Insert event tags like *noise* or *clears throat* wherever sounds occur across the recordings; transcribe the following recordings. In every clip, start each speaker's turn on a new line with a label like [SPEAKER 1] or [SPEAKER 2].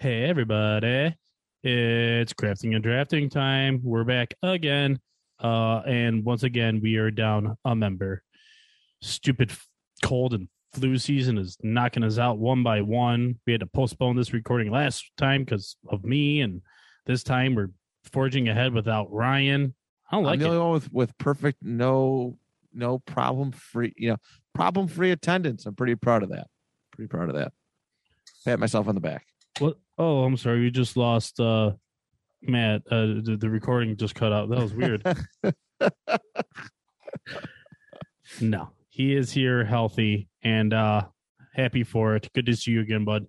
[SPEAKER 1] Hey, everybody. It's crafting and drafting time. We're back again. Uh, and once again, we are down a member. Stupid f- cold and flu season is knocking us out one by one. We had to postpone this recording last time because of me. And this time we're forging ahead without Ryan. I
[SPEAKER 2] I'm
[SPEAKER 1] don't like
[SPEAKER 2] the
[SPEAKER 1] it.
[SPEAKER 2] only one with, with perfect no no problem free you know problem free attendance. I'm pretty proud of that. Pretty proud of that. Pat myself on the back.
[SPEAKER 1] What? Oh, I'm sorry. We just lost uh, Matt. Uh, the, the recording just cut out. That was weird. no, he is here healthy and uh, happy for it. Good to see you again, bud.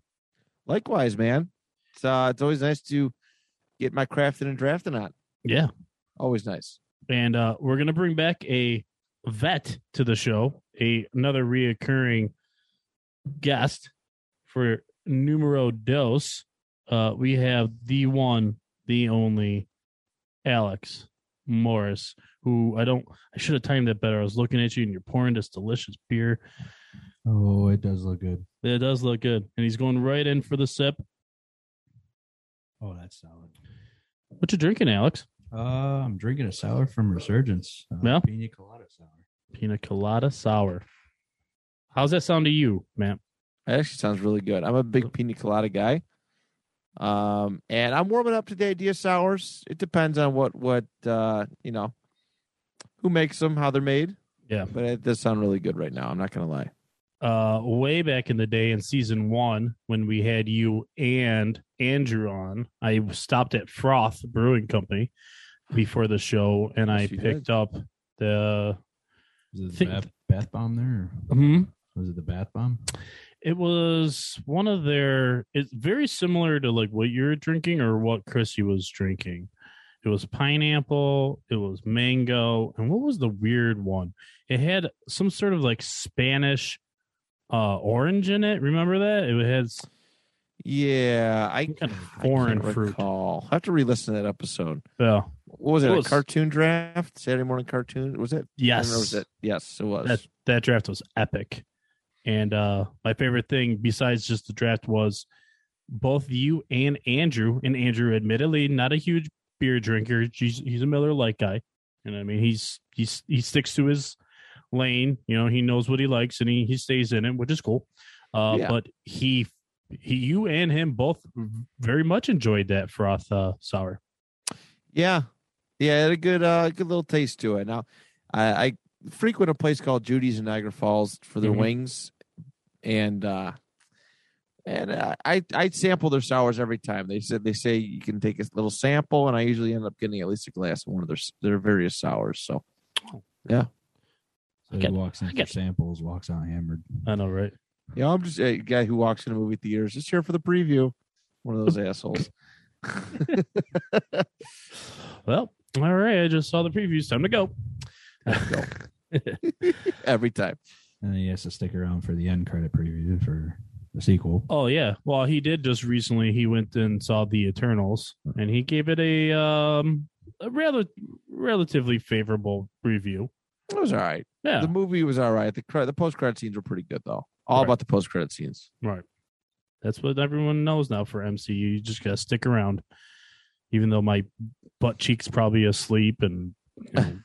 [SPEAKER 2] Likewise, man. It's uh, it's always nice to get my crafting and drafting on.
[SPEAKER 1] Yeah.
[SPEAKER 2] Always nice.
[SPEAKER 1] And uh, we're going to bring back a vet to the show, a, another reoccurring guest for numero dos. Uh, we have the one, the only Alex Morris, who I don't, I should have timed that better. I was looking at you and you're pouring this delicious beer.
[SPEAKER 3] Oh, it does look good.
[SPEAKER 1] It does look good. And he's going right in for the sip.
[SPEAKER 3] Oh, that's solid.
[SPEAKER 1] What you drinking, Alex?
[SPEAKER 3] Uh, I'm drinking a sour from Resurgence. Uh,
[SPEAKER 1] Yeah?
[SPEAKER 3] Pina colada sour.
[SPEAKER 1] Pina colada sour. How's that sound to you, Matt?
[SPEAKER 2] That actually sounds really good. I'm a big pina colada guy. Um, and I'm warming up to the idea of sours. It depends on what what uh, you know, who makes them, how they're made.
[SPEAKER 1] Yeah.
[SPEAKER 2] But it does sound really good right now. I'm not gonna lie.
[SPEAKER 1] uh way back in the day in season one when we had you and andrew on i stopped at froth brewing company before the show and
[SPEAKER 2] Yes,
[SPEAKER 1] i
[SPEAKER 2] you
[SPEAKER 1] picked up the
[SPEAKER 3] Was it the
[SPEAKER 1] Think-
[SPEAKER 3] bath, bath bomb there?
[SPEAKER 1] Mhm.
[SPEAKER 3] Or was it the bath bomb?
[SPEAKER 1] it was one of their it's very similar to like what you're drinking or what chrissy was drinking it was pineapple it was mango and what was the weird one it had some sort of like spanish uh orange in it remember that it had s-
[SPEAKER 2] Yeah, I
[SPEAKER 1] Some kind of
[SPEAKER 2] I
[SPEAKER 1] foreign
[SPEAKER 2] can't
[SPEAKER 1] fruit.
[SPEAKER 2] recall. I have to re-listen to that episode.
[SPEAKER 1] yeah
[SPEAKER 2] What was it?
[SPEAKER 1] It was-
[SPEAKER 2] A cartoon draft? Saturday morning cartoon? Was it? I
[SPEAKER 1] Yes.
[SPEAKER 2] remember was it. Yes, it was.
[SPEAKER 1] That that draft was epic. And uh my favorite thing besides just the draft was both you and Andrew, and Andrew admittedly not a huge beer drinker. He's he's a Miller Lite guy. And I mean he's he's he sticks to his lane, you know, he knows what he likes and he, he stays in it, which is cool. Uh
[SPEAKER 2] Yeah.
[SPEAKER 1] but he he, you and him both very much enjoyed that froth uh, sour.
[SPEAKER 2] Yeah, yeah, it had a good, uh, good little taste to it. Now, I, I frequent a place called Judy's in Niagara Falls for their
[SPEAKER 1] Mhm.
[SPEAKER 2] wings, and uh, and uh, I I sample their sours every time. They said they say you can take a little sample, and I usually end up getting at least a glass of one of their s- their various sours. So
[SPEAKER 3] So
[SPEAKER 1] got-
[SPEAKER 3] he walks in
[SPEAKER 1] I
[SPEAKER 3] for
[SPEAKER 1] got-
[SPEAKER 3] samples, walks out hammered.
[SPEAKER 1] I know, right?
[SPEAKER 2] yeah, I'm just a guy who walks in a movie theaters just here for the preview. One
[SPEAKER 1] *laughs*
[SPEAKER 2] of those assholes.
[SPEAKER 1] Well, all right, I just saw the previews. Time to go.
[SPEAKER 2] every time.
[SPEAKER 3] And then he has to stick around for the end credit preview for the sequel.
[SPEAKER 1] Oh yeah. Well, he did just recently. He went and saw the Eternals, and he gave it a um a rather relatively favorable review.
[SPEAKER 2] It was all right.
[SPEAKER 1] Yeah.
[SPEAKER 2] The movie was all right. The cre- the post credit scenes were pretty good though. All
[SPEAKER 1] Right.
[SPEAKER 2] about the post credit scenes.
[SPEAKER 1] Right. That's what everyone knows now for MCU. You just gotta stick around, even though my butt cheeks probably asleep and you know,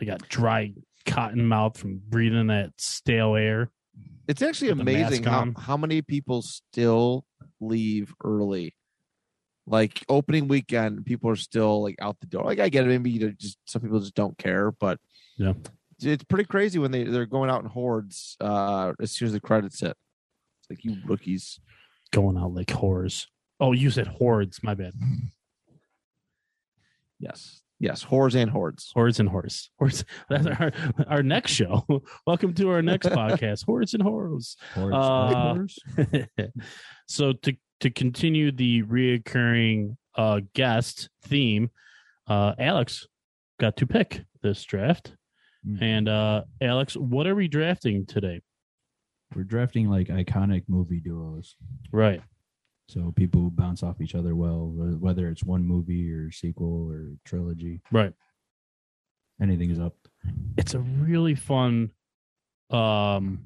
[SPEAKER 1] I got dry cotton mouth from breathing that stale air.
[SPEAKER 2] It's actually
[SPEAKER 1] Put the
[SPEAKER 2] amazing
[SPEAKER 1] mask
[SPEAKER 2] how,
[SPEAKER 1] on.
[SPEAKER 2] how many people still leave early. Like opening weekend, people are still like out the door. Like I get it, maybe you know, just some people just don't care, but
[SPEAKER 1] Yeah.
[SPEAKER 2] it's pretty crazy when they they're going out in hordes uh, as soon as the credits hit. It's like you rookies.
[SPEAKER 1] Going out like whores. Oh, you said hordes. My bad.
[SPEAKER 2] Yes, yes, whores and hordes.
[SPEAKER 1] Hordes and horse. Hordes. *laughs* That's our our next show. *laughs* Welcome to our next podcast. Hordes and horrors.
[SPEAKER 3] Hordes.
[SPEAKER 1] Uh, *laughs* so to to continue the reoccurring uh, guest theme, uh, Alex got to pick this draft.
[SPEAKER 3] Mm.
[SPEAKER 1] And uh, Alex, what are we drafting today?
[SPEAKER 3] We're drafting like iconic movie duos,
[SPEAKER 1] Right.
[SPEAKER 3] so people who bounce off each other well, wh- whether it's one movie or sequel or trilogy.
[SPEAKER 1] Right.
[SPEAKER 3] Anything is up.
[SPEAKER 1] It's a really fun um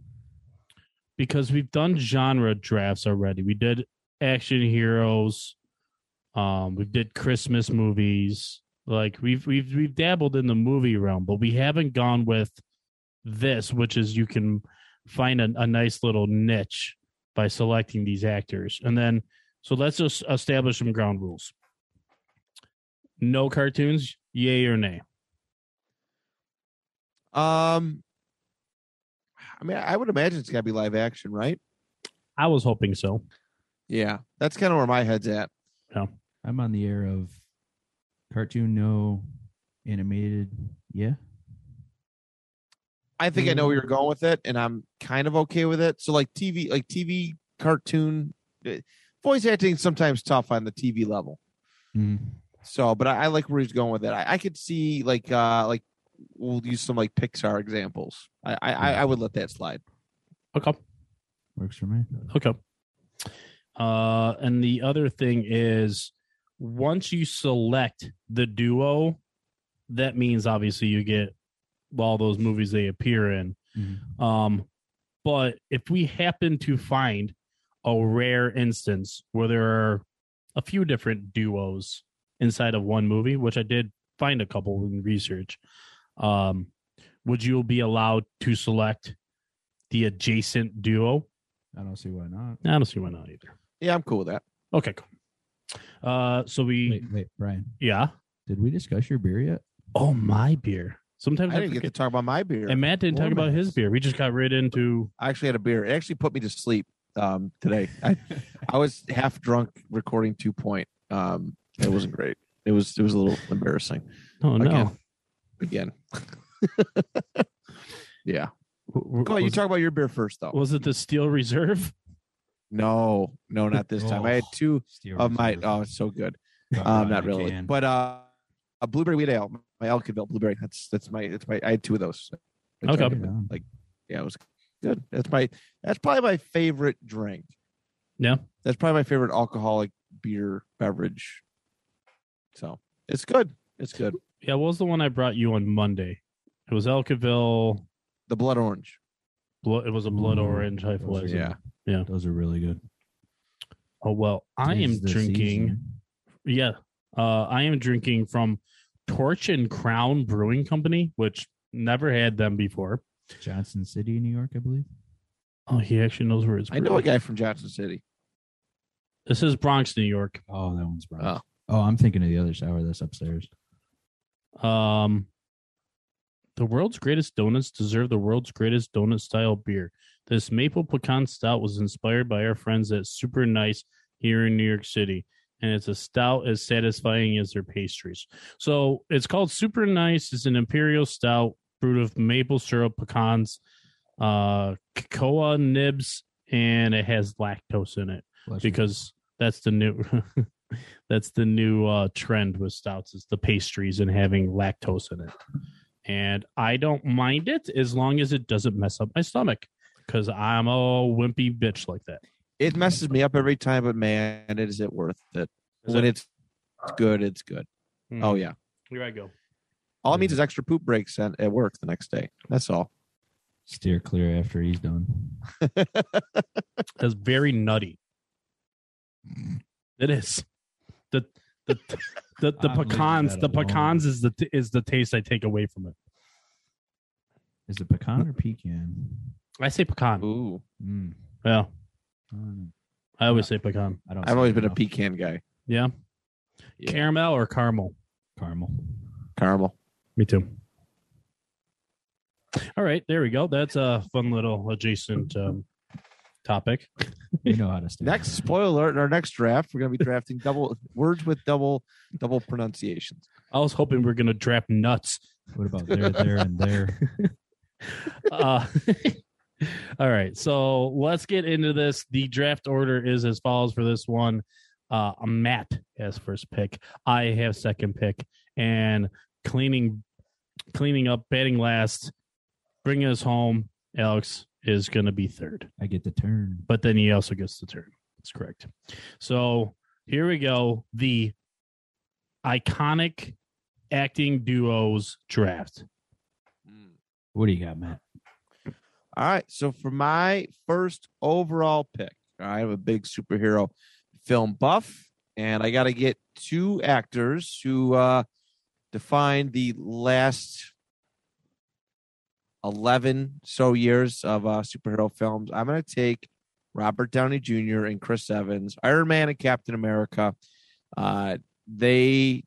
[SPEAKER 1] because we've done genre drafts already. We did action heroes, um, we did Christmas movies. Like we've we've we've dabbled in the movie realm, but we haven't gone with this, which is you can find a, a nice little niche by selecting these actors. And then so let's just establish some ground rules. No cartoons, yay or nay.
[SPEAKER 2] Um, I mean, I would imagine it's got to be live action, right?
[SPEAKER 1] I was hoping so.
[SPEAKER 2] Yeah, that's kind of where my head's at.
[SPEAKER 3] I'm on the air of cartoon, no animated, yeah.
[SPEAKER 2] I think I know where you're going with it, and I'm kind of okay with it. So like TV, like TV cartoon eh, voice acting is sometimes tough on the TV level.
[SPEAKER 3] Mm-hmm.
[SPEAKER 2] So, but I, I like where he's going with it. I, I could see like uh like we'll use some like Pixar examples. I I, I- I would let that slide.
[SPEAKER 1] Okay.
[SPEAKER 3] Works for me.
[SPEAKER 1] Okay. Uh, and the other thing is, once you select the duo, that means obviously you get all those movies they appear in.
[SPEAKER 3] Mhm.
[SPEAKER 1] Um, but if we happen to find a rare instance where there are a few different duos inside of one movie, which I did find a couple in research, um, would you be allowed to select the adjacent duo?
[SPEAKER 3] I don't see why not.
[SPEAKER 1] I don't see why not either.
[SPEAKER 2] Yeah, I'm cool with that.
[SPEAKER 1] Okay, cool. Uh, so we,
[SPEAKER 3] Wait, wait, Brian,
[SPEAKER 1] yeah.
[SPEAKER 3] did we discuss your beer *laughs* yet?
[SPEAKER 1] Oh, my beer. Sometimes
[SPEAKER 2] I
[SPEAKER 1] I,
[SPEAKER 2] didn't get to
[SPEAKER 1] forget.
[SPEAKER 2] talk about my beer.
[SPEAKER 1] and Matt didn't talk
[SPEAKER 3] Four
[SPEAKER 1] about his
[SPEAKER 3] minutes.
[SPEAKER 1] beer. We just got right into.
[SPEAKER 2] I actually had a beer. It actually put me to sleep um today. I I was half drunk recording two point. Um, it wasn't great. It was it was a little embarrassing
[SPEAKER 1] Oh no!
[SPEAKER 2] Again. again. *laughs* yeah.
[SPEAKER 1] W- w-
[SPEAKER 2] Go on, you
[SPEAKER 1] was-
[SPEAKER 2] talk about your beer first though.
[SPEAKER 1] Was it the Steel Reserve?
[SPEAKER 2] No, no, not this time. I
[SPEAKER 1] Oh.
[SPEAKER 2] had two of my oh, it's so good. Um, not really, but uh, a blueberry wheat ale, my Elkinville blueberry. That's that's my that's my. I had two of those. I
[SPEAKER 1] Okay.
[SPEAKER 2] drank it. Yeah, it was good. That's my that's probably my favorite drink.
[SPEAKER 1] Yeah.
[SPEAKER 2] That's probably my favorite alcoholic beer beverage. So it's good. It's good.
[SPEAKER 1] Yeah, what was the one I brought you on Monday? It was Elkaville.
[SPEAKER 2] The blood orange.
[SPEAKER 1] blo- It was a blood
[SPEAKER 3] Ooh,
[SPEAKER 2] Mm,
[SPEAKER 1] orange
[SPEAKER 3] those are
[SPEAKER 1] hyphalas.
[SPEAKER 3] good.
[SPEAKER 2] Yeah.
[SPEAKER 1] Yeah.
[SPEAKER 3] Those are really good.
[SPEAKER 1] Oh well, I
[SPEAKER 3] Tis
[SPEAKER 1] am
[SPEAKER 3] the
[SPEAKER 1] drinking.
[SPEAKER 3] season.
[SPEAKER 1] Yeah. Uh, I am drinking from Torch and Crown Brewing Company, which never had them before.
[SPEAKER 3] Johnson City, New York, I believe.
[SPEAKER 1] Oh, he actually knows where it's.
[SPEAKER 2] I know a guy from Johnson City.
[SPEAKER 1] This is Bronx, New York.
[SPEAKER 3] Oh, that one's Bronx. Oh. I'm thinking of the other sour that's upstairs.
[SPEAKER 1] Um, the world's greatest donuts deserve the world's greatest donut style beer. This maple pecan stout was inspired by our friends at Super Nice here in New York City, and it's a stout as satisfying as their pastries. So it's called Super Nice. It's an imperial stout brewed with maple syrup, pecans, uh, cocoa nibs, and it has lactose in it
[SPEAKER 3] Bless you.
[SPEAKER 1] because that's the new *laughs* that's the new uh trend with stouts is the pastries and having lactose in it and i don't mind it as long as it doesn't mess up my stomach because i'm a wimpy bitch like that
[SPEAKER 2] It messes me up every time, but man, is it worth it?
[SPEAKER 1] Is
[SPEAKER 2] when
[SPEAKER 1] it-
[SPEAKER 2] it's good, it's good.
[SPEAKER 1] Mm,
[SPEAKER 2] Oh yeah.
[SPEAKER 1] here i go
[SPEAKER 2] All it
[SPEAKER 1] Hmm.
[SPEAKER 2] means is extra poop breaks at, at work the next day. That's all.
[SPEAKER 3] steer clear after he's done.
[SPEAKER 1] that's very nutty it is the the *laughs* the, the
[SPEAKER 3] I'm leaving
[SPEAKER 1] pecans
[SPEAKER 3] that
[SPEAKER 1] the
[SPEAKER 3] alone.
[SPEAKER 1] pecans is the is the taste i take away from it
[SPEAKER 3] Is it pecan or pecan?
[SPEAKER 1] i say pecan
[SPEAKER 2] Ooh.
[SPEAKER 3] Mm.
[SPEAKER 1] yeah
[SPEAKER 3] I don't
[SPEAKER 1] i always say pecan
[SPEAKER 3] I don't
[SPEAKER 2] I've always
[SPEAKER 3] say
[SPEAKER 2] been a
[SPEAKER 3] enough.
[SPEAKER 2] pecan guy.
[SPEAKER 1] yeah,
[SPEAKER 2] Yeah.
[SPEAKER 1] caramel or caramel
[SPEAKER 3] caramel.
[SPEAKER 2] Caramel.
[SPEAKER 1] me too All right, there we go. That's a fun little adjacent um, topic.
[SPEAKER 3] You know how to stay.
[SPEAKER 2] Next spoiler alert, in our next draft, we're going to be drafting double words with double double pronunciations.
[SPEAKER 1] I was hoping we are gonna draft nuts.
[SPEAKER 3] What about there, there, and there?
[SPEAKER 1] Uh, *laughs* all right, so let's get into this. The draft order is as follows for this one: uh, Matt has first pick, I have second pick, and cleaning cleaning up batting last, bringing us home. Alex is gonna be third.
[SPEAKER 3] I get the turn.
[SPEAKER 1] but then he also gets the turn. That's correct. So here we go. The iconic acting duos draft. Hmm.
[SPEAKER 3] What do you got, Matt?
[SPEAKER 2] All right. So for my first overall pick, I am a big superhero film buff, and I got to get two actors who uh, defined the last eleven so years of uh, superhero films. I'm going to take Robert Downey Jr. and Chris Evans, Iron Man and Captain America. Uh, they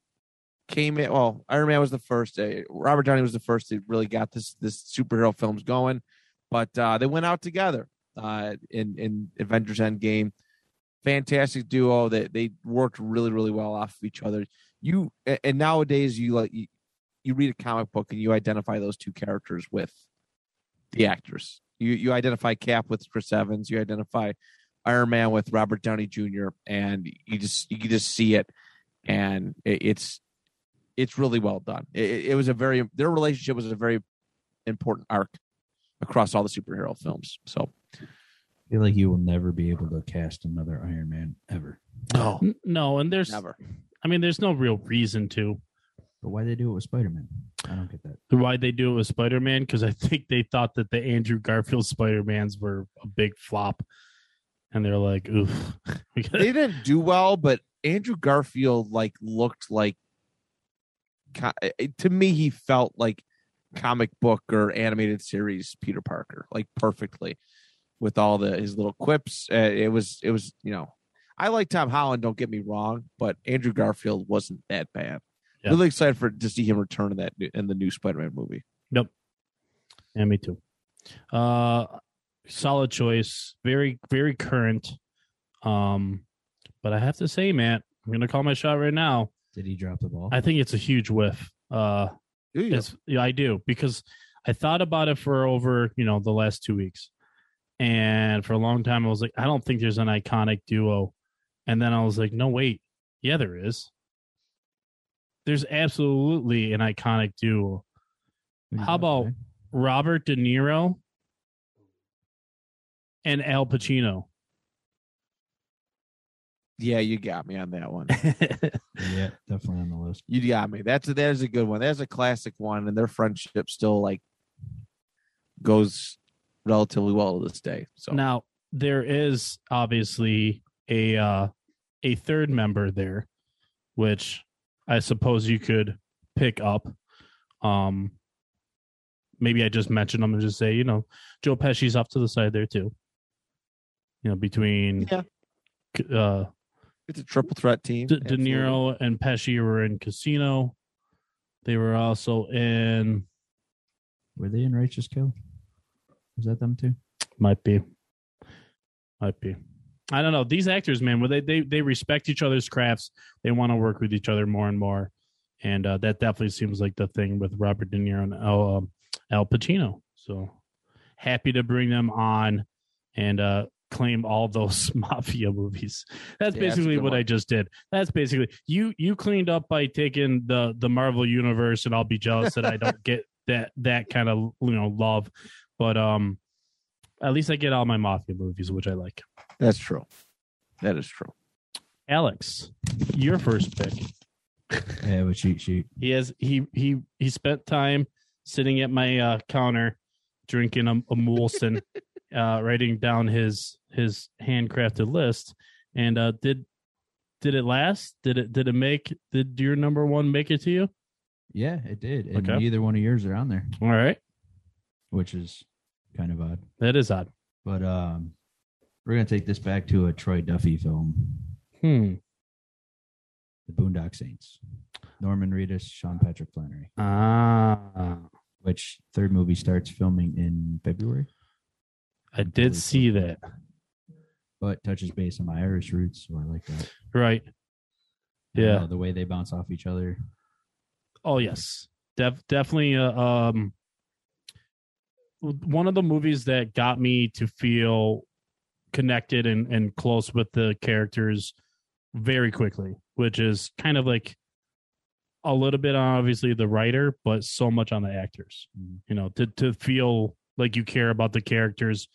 [SPEAKER 2] came in. Well, Iron Man was the first. Uh, Robert Downey was the first that really got this this superhero films going but uh, they went out together uh, in in Avengers Endgame. Fantastic duo that they, worked really really well off of each other. You a- and nowadays you like you, you read a comic book and you identify those two characters with the actors. You you identify Cap with Chris Evans. You identify Iron Man with Robert Downey Jr. And you just you can just see it, and it, it's it's really well done. It, it was a very their relationship was a very important arc across all the superhero films. So
[SPEAKER 3] I feel like you will never be able to cast another Iron Man ever.
[SPEAKER 2] no,
[SPEAKER 1] N- No, and there's
[SPEAKER 2] never.
[SPEAKER 1] I mean there's no real reason to
[SPEAKER 3] But why they do it with Spider Man? I don't get that.
[SPEAKER 1] why they do it with Spider-Man cuz I think they thought that the Andrew Garfield Spider-Mans were a big flop and they're like, "Oof." *laughs* We gotta-
[SPEAKER 2] They didn't do well, but Andrew Garfield like looked like co- to me he felt like comic book or animated series Peter Parker like perfectly with all the his little quips. Uh, it was it was you know I like Tom Holland. Don't get me wrong, but Andrew Garfield wasn't that bad.
[SPEAKER 1] Yeah.
[SPEAKER 2] Really excited for to see him return in that new, in the new Spider-Man movie.
[SPEAKER 1] Yeah, me too. Uh solid choice. Very, very current. Um, but I have to say, Matt, I'm gonna call my shot right now.
[SPEAKER 3] Did he drop the ball?
[SPEAKER 1] I think it's a huge whiff. Uh
[SPEAKER 2] Do you?
[SPEAKER 1] it's, yeah, I do because I thought about it for over, you know, the last two weeks. And for a long time I was like, I don't think there's an iconic duo. And then I was like, no, wait, yeah, there is. There's absolutely an iconic duo.
[SPEAKER 3] Who
[SPEAKER 1] how
[SPEAKER 3] knows,
[SPEAKER 1] about-
[SPEAKER 3] man?
[SPEAKER 1] Robert De Niro and Al Pacino.
[SPEAKER 2] Yeah, you got me on that one.
[SPEAKER 3] Yeah, definitely on the list.
[SPEAKER 2] You got me. That's a, that's a good one. That's a classic one, and their friendship still like goes relatively well to this day. So
[SPEAKER 1] now there is obviously a uh, a third member there, which I suppose you could pick up. Um, maybe I just mentioned them and just say, you know, Joe Pesci's off to the side there too. You know, between
[SPEAKER 2] yeah,
[SPEAKER 1] uh,
[SPEAKER 2] it's a triple threat team.
[SPEAKER 1] De, De Niro and Pesci were in Casino. They were also in
[SPEAKER 3] Were they in Righteous Kill? Was that them too?
[SPEAKER 1] Might be. Might be. I don't know. These actors, man, where they they they respect each other's crafts. They want to work with each other more and more, and uh, that definitely seems like the thing with Robert De Niro and Al, um, Al Pacino. So happy to bring them on and uh, claim all those *laughs* mafia movies. That's
[SPEAKER 2] Yeah, that's a
[SPEAKER 1] basically
[SPEAKER 2] good
[SPEAKER 1] what I
[SPEAKER 2] one.
[SPEAKER 1] just did. That's basically you you cleaned up by taking the the Marvel universe, and I'll be jealous
[SPEAKER 2] *laughs*
[SPEAKER 1] that I don't get that that kind of you know love, but um at least I get all my mafia movies, which I like.
[SPEAKER 2] That's true. That is true.
[SPEAKER 1] Alex, your first pick.
[SPEAKER 3] Yeah, with cheat sheet.
[SPEAKER 1] He has he he he spent time sitting at my uh, counter, drinking a, a Molson, uh, writing down his his handcrafted list, and uh, did did it last? Did it did it make? Did your number one make it to you?
[SPEAKER 3] Yeah, it did. And
[SPEAKER 1] Okay.
[SPEAKER 3] neither one of yours are on there,
[SPEAKER 1] All right,
[SPEAKER 3] which is kind of odd.
[SPEAKER 1] that is odd.
[SPEAKER 3] But um, we're gonna take this back to a Troy Duffy film,
[SPEAKER 1] Hmm.
[SPEAKER 3] The Boondock Saints. Norman Reedus, Sean Patrick Flannery.
[SPEAKER 1] Ah,
[SPEAKER 3] which third movie starts filming in February,
[SPEAKER 1] I did see that.
[SPEAKER 3] but touches base on my Irish roots, so I like that.
[SPEAKER 1] Right.
[SPEAKER 3] And,
[SPEAKER 1] Yeah.
[SPEAKER 3] uh, the way they bounce off each other.
[SPEAKER 1] Oh yes, Def- definitely. Uh, um, one of the movies that got me to feel connected and and close with the characters very quickly, which is kind of like a little bit on obviously the writer, but so much on the actors.
[SPEAKER 3] Mhm.
[SPEAKER 1] You know, to to feel like you care about the characters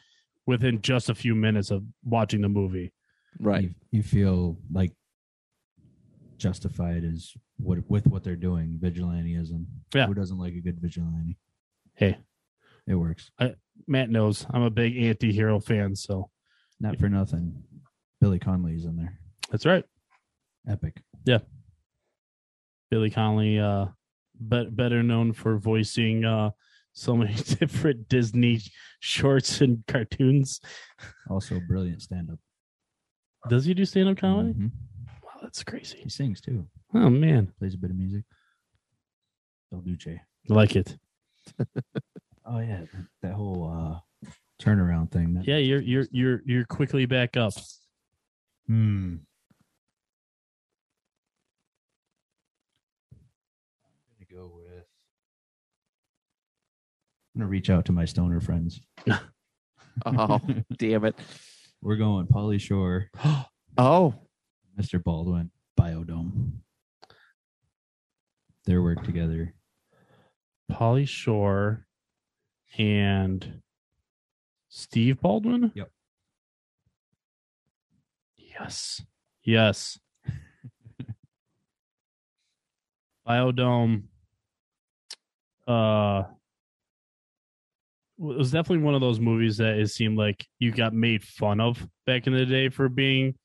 [SPEAKER 1] within just a few minutes of watching the movie.
[SPEAKER 2] Right.
[SPEAKER 1] *laughs*
[SPEAKER 3] You, you feel like justified as what with what they're doing. Vigilantism.
[SPEAKER 1] Yeah.
[SPEAKER 3] Who doesn't like a good vigilante?
[SPEAKER 1] Hey.
[SPEAKER 3] It works.
[SPEAKER 1] Matt knows I'm a big anti-hero fan, so
[SPEAKER 3] Not for nothing. Billy Conley's in there.
[SPEAKER 1] that's right.
[SPEAKER 3] Epic.
[SPEAKER 1] Billy Connolly, uh, but better known for voicing uh, so many *laughs* different Disney shorts and cartoons.
[SPEAKER 3] Also brilliant stand up.
[SPEAKER 1] Does he do stand up comedy? Wow, that's crazy.
[SPEAKER 3] He sings too.
[SPEAKER 1] Oh man,
[SPEAKER 3] Plays a bit of music. Del Duce.
[SPEAKER 1] like it.
[SPEAKER 3] Oh yeah, that, that whole uh turnaround thing. That,
[SPEAKER 1] Yeah, you're you're you're you're quickly back up.
[SPEAKER 3] Hmm. I'm gonna go with. I'm gonna reach out to my stoner friends.
[SPEAKER 2] Oh, damn it.
[SPEAKER 3] *laughs* We're going Polly Shore,
[SPEAKER 2] Oh,
[SPEAKER 3] Mr. Baldwin, Biodome. Their work together.
[SPEAKER 1] Polly Shore and Steve Baldwin.
[SPEAKER 3] Yep.
[SPEAKER 1] Yes.
[SPEAKER 3] *laughs*
[SPEAKER 1] Yes. Biodome. Uh, w- it was definitely one of those movies that it seemed like you got made fun of back in the day for being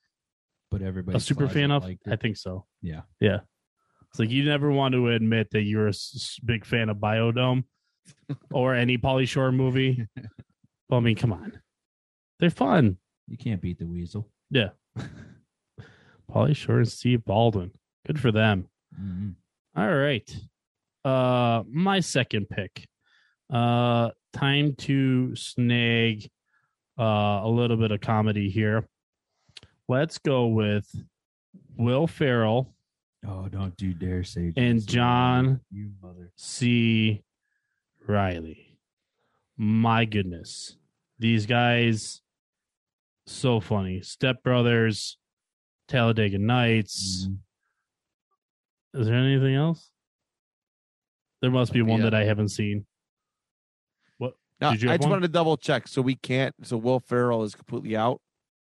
[SPEAKER 3] But everybody
[SPEAKER 1] a super
[SPEAKER 3] thought
[SPEAKER 1] fan
[SPEAKER 3] it
[SPEAKER 1] of.
[SPEAKER 3] liked
[SPEAKER 1] I
[SPEAKER 3] it.
[SPEAKER 1] think so.
[SPEAKER 3] Yeah.
[SPEAKER 1] Yeah. It's like you never want to admit that you're a s- big fan of Biodome or any Polly Shore movie. well, I mean, come on. They're fun.
[SPEAKER 3] you can't beat the weasel.
[SPEAKER 1] Polly Shore and Steve Baldwin. Good for them.
[SPEAKER 3] Mhm.
[SPEAKER 1] All right. Uh my second pick. Uh time to snag uh a little bit of comedy here. Let's go with Will Ferrell
[SPEAKER 3] Oh, don't you dare say.
[SPEAKER 1] And
[SPEAKER 3] Jason.
[SPEAKER 1] John-
[SPEAKER 3] you mother.
[SPEAKER 1] C. Riley. My goodness. These guys, so funny. Step Brothers, Talladega Nights.
[SPEAKER 3] Mhm.
[SPEAKER 2] Mm-hmm.
[SPEAKER 1] Is there anything else? There must be one
[SPEAKER 2] Yeah.
[SPEAKER 1] that I haven't seen.
[SPEAKER 2] now, I
[SPEAKER 1] Did you have
[SPEAKER 2] just
[SPEAKER 1] one?
[SPEAKER 2] wanted to double check. So we can't. So Will Ferrell is completely out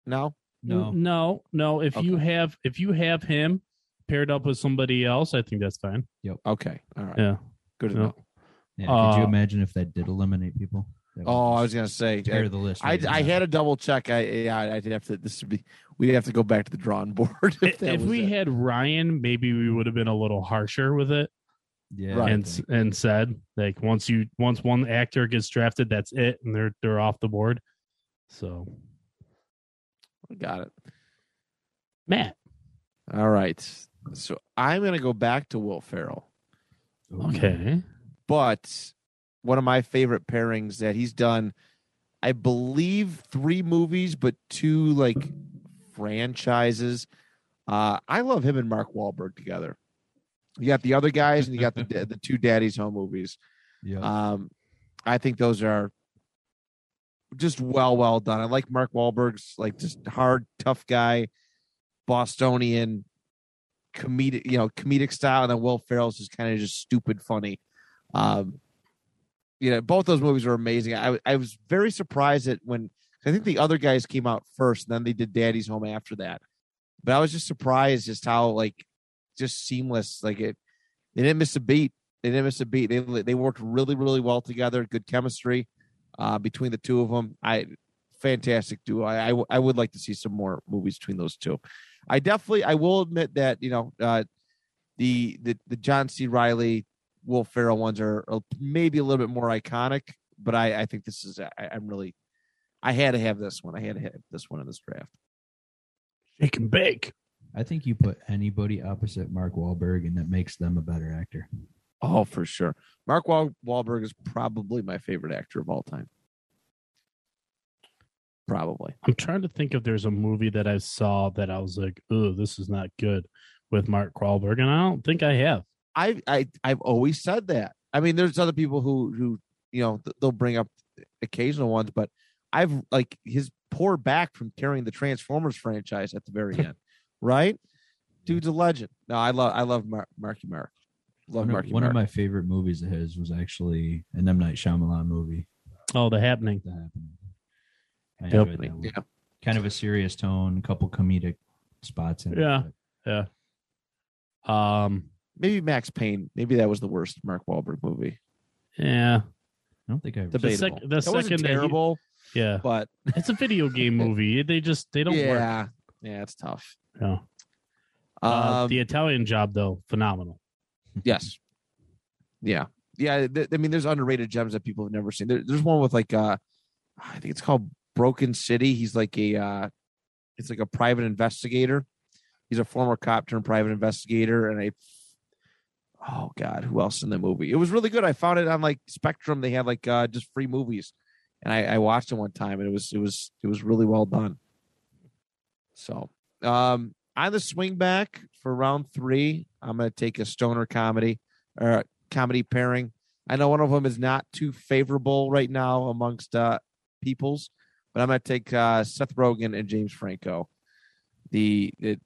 [SPEAKER 2] now.
[SPEAKER 3] No.
[SPEAKER 1] N- no, no. If you
[SPEAKER 2] Okay.
[SPEAKER 1] have if you have him paired up with somebody else, I think that's fine.
[SPEAKER 2] Okay. All right.
[SPEAKER 1] Yeah.
[SPEAKER 2] Good to
[SPEAKER 1] No.
[SPEAKER 2] know.
[SPEAKER 3] Yeah, could you
[SPEAKER 1] Uh,
[SPEAKER 3] imagine if that did eliminate people? That would
[SPEAKER 2] Oh, I was
[SPEAKER 3] just
[SPEAKER 2] gonna say.
[SPEAKER 3] tear the list.
[SPEAKER 2] I,
[SPEAKER 3] right
[SPEAKER 2] I
[SPEAKER 3] now.
[SPEAKER 2] had a double check. I yeah, I- I'd have to. This would be. We'd have to go back to the drawing board. *laughs*
[SPEAKER 1] If,
[SPEAKER 2] that
[SPEAKER 1] if
[SPEAKER 2] was
[SPEAKER 1] we
[SPEAKER 2] it.
[SPEAKER 1] had Ryan, maybe we would have been a little harsher with it.
[SPEAKER 3] yeah,
[SPEAKER 2] Right.
[SPEAKER 1] and s- and said like once you once one actor gets drafted, that's it, and they're they're off the board. So
[SPEAKER 2] got it.
[SPEAKER 1] Matt,
[SPEAKER 2] All right. So I'm gonna go back to Will Ferrell,
[SPEAKER 1] okay,
[SPEAKER 2] but one of my favorite pairings that he's done. I believe three movies, but two like franchises. Uh, I love him and Mark Wahlberg together. You got the other guys, and you got the the two Daddy's Home movies.
[SPEAKER 3] yeah.
[SPEAKER 2] Um, I think those are just well, well done. I like Mark Wahlberg's like just hard, tough guy, Bostonian, comedic, you know, comedic style, and then Will Ferrell's just kind of just stupid funny. Um, you know, both those movies were amazing. I I was very surprised that when I think the other guys came out first, and then they did Daddy's Home after that. But I was just surprised just how like just seamless like it. They didn't miss a beat they didn't miss a beat. They they worked really really well together. Good chemistry uh, between the two of them. I fantastic duo. I, I w- I would like to see some more movies between those two. I definitely I will admit that you know uh, the the the John C. Riley Will Ferrell ones are, are maybe a little bit more iconic, but I I think this is I, I'm really I had to have this one. I had to have this one in this draft.
[SPEAKER 1] shake and bake.
[SPEAKER 3] I think you put anybody opposite Mark Wahlberg, and that makes them a better actor.
[SPEAKER 2] Oh, for sure. Mark Wahl- Wahlberg is probably my favorite actor of all time. Probably.
[SPEAKER 1] I'm trying to think if there's a movie that I saw that I was like, oh, this is not good with Mark Wahlberg. And I don't think I have.
[SPEAKER 2] I I I've always said that. I mean, there's other people who who you know th- they'll bring up occasional ones, but I've like his poor back from carrying the Transformers franchise at the
[SPEAKER 1] *laughs*
[SPEAKER 2] very end, right? Dude's a legend. No, I love I love Mar- Marky Mark. Love
[SPEAKER 3] One, of,
[SPEAKER 2] Marky
[SPEAKER 3] one
[SPEAKER 2] Mark.
[SPEAKER 3] of my favorite movies of his was actually an M Night Shyamalan movie.
[SPEAKER 1] Oh, the happening.
[SPEAKER 3] The Happening. I
[SPEAKER 1] Yep.
[SPEAKER 3] enjoyed that one.
[SPEAKER 2] yeah.
[SPEAKER 3] Kind of a serious tone, a couple comedic spots in it.
[SPEAKER 1] Yeah.
[SPEAKER 3] but
[SPEAKER 1] Um,
[SPEAKER 2] Maybe Max Payne. Maybe that was the worst Mark Wahlberg movie.
[SPEAKER 1] yeah.
[SPEAKER 3] I don't think I.
[SPEAKER 2] Debatable.
[SPEAKER 1] the
[SPEAKER 2] that
[SPEAKER 1] second
[SPEAKER 2] wasn't
[SPEAKER 1] that he-
[SPEAKER 2] terrible,
[SPEAKER 1] Yeah.
[SPEAKER 2] but
[SPEAKER 1] It's a
[SPEAKER 2] *laughs*
[SPEAKER 1] video game movie. They just they don't work.
[SPEAKER 2] yeah, yeah, it's tough.
[SPEAKER 1] Yeah.
[SPEAKER 2] Um,
[SPEAKER 1] Uh, the Italian job though, phenomenal.
[SPEAKER 2] Yes. Yeah. Yeah. th- I mean, there's underrated gems that people have never seen. There, there's one with like, uh, I think it's called Broken City. He's like a, uh, it's like a private investigator. He's a former cop turned private investigator, and I, oh god, who else in the movie? It was really good. I found it on like Spectrum. They had like uh, just free movies, and I, I watched it one time, and it was it was it was really well done. So, um, on the swing back for round three, I'm going to take a stoner comedy or a comedy pairing. I know one of them is not too favorable right now amongst uh, peoples, but I'm going to take uh, Seth Rogen and James Franco. The, the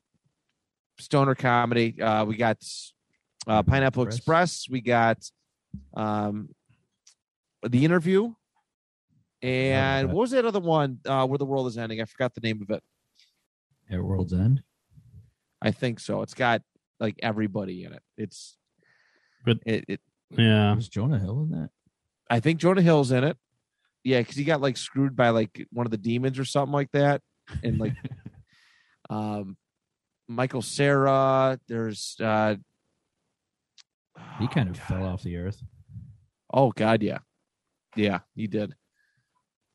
[SPEAKER 2] stoner comedy. Uh, we got uh, Pineapple Express.
[SPEAKER 3] Express.
[SPEAKER 2] We got um, the interview. And
[SPEAKER 3] that.
[SPEAKER 2] what was that other one uh, where the world is ending? I forgot the name of it.
[SPEAKER 3] At World's End.
[SPEAKER 2] I think so. It's got like everybody in it. It's
[SPEAKER 1] But-
[SPEAKER 2] it, it
[SPEAKER 1] Yeah.
[SPEAKER 3] Was Jonah Hill in that?
[SPEAKER 2] I think Jonah Hill's in it. Yeah, because he got like screwed by like one of the demons or something like that, and like um Michael Sarah. There's uh
[SPEAKER 1] Oh,
[SPEAKER 3] He kind of
[SPEAKER 2] God.
[SPEAKER 3] fell off the earth.
[SPEAKER 2] *sighs* Oh God, yeah, yeah, he did.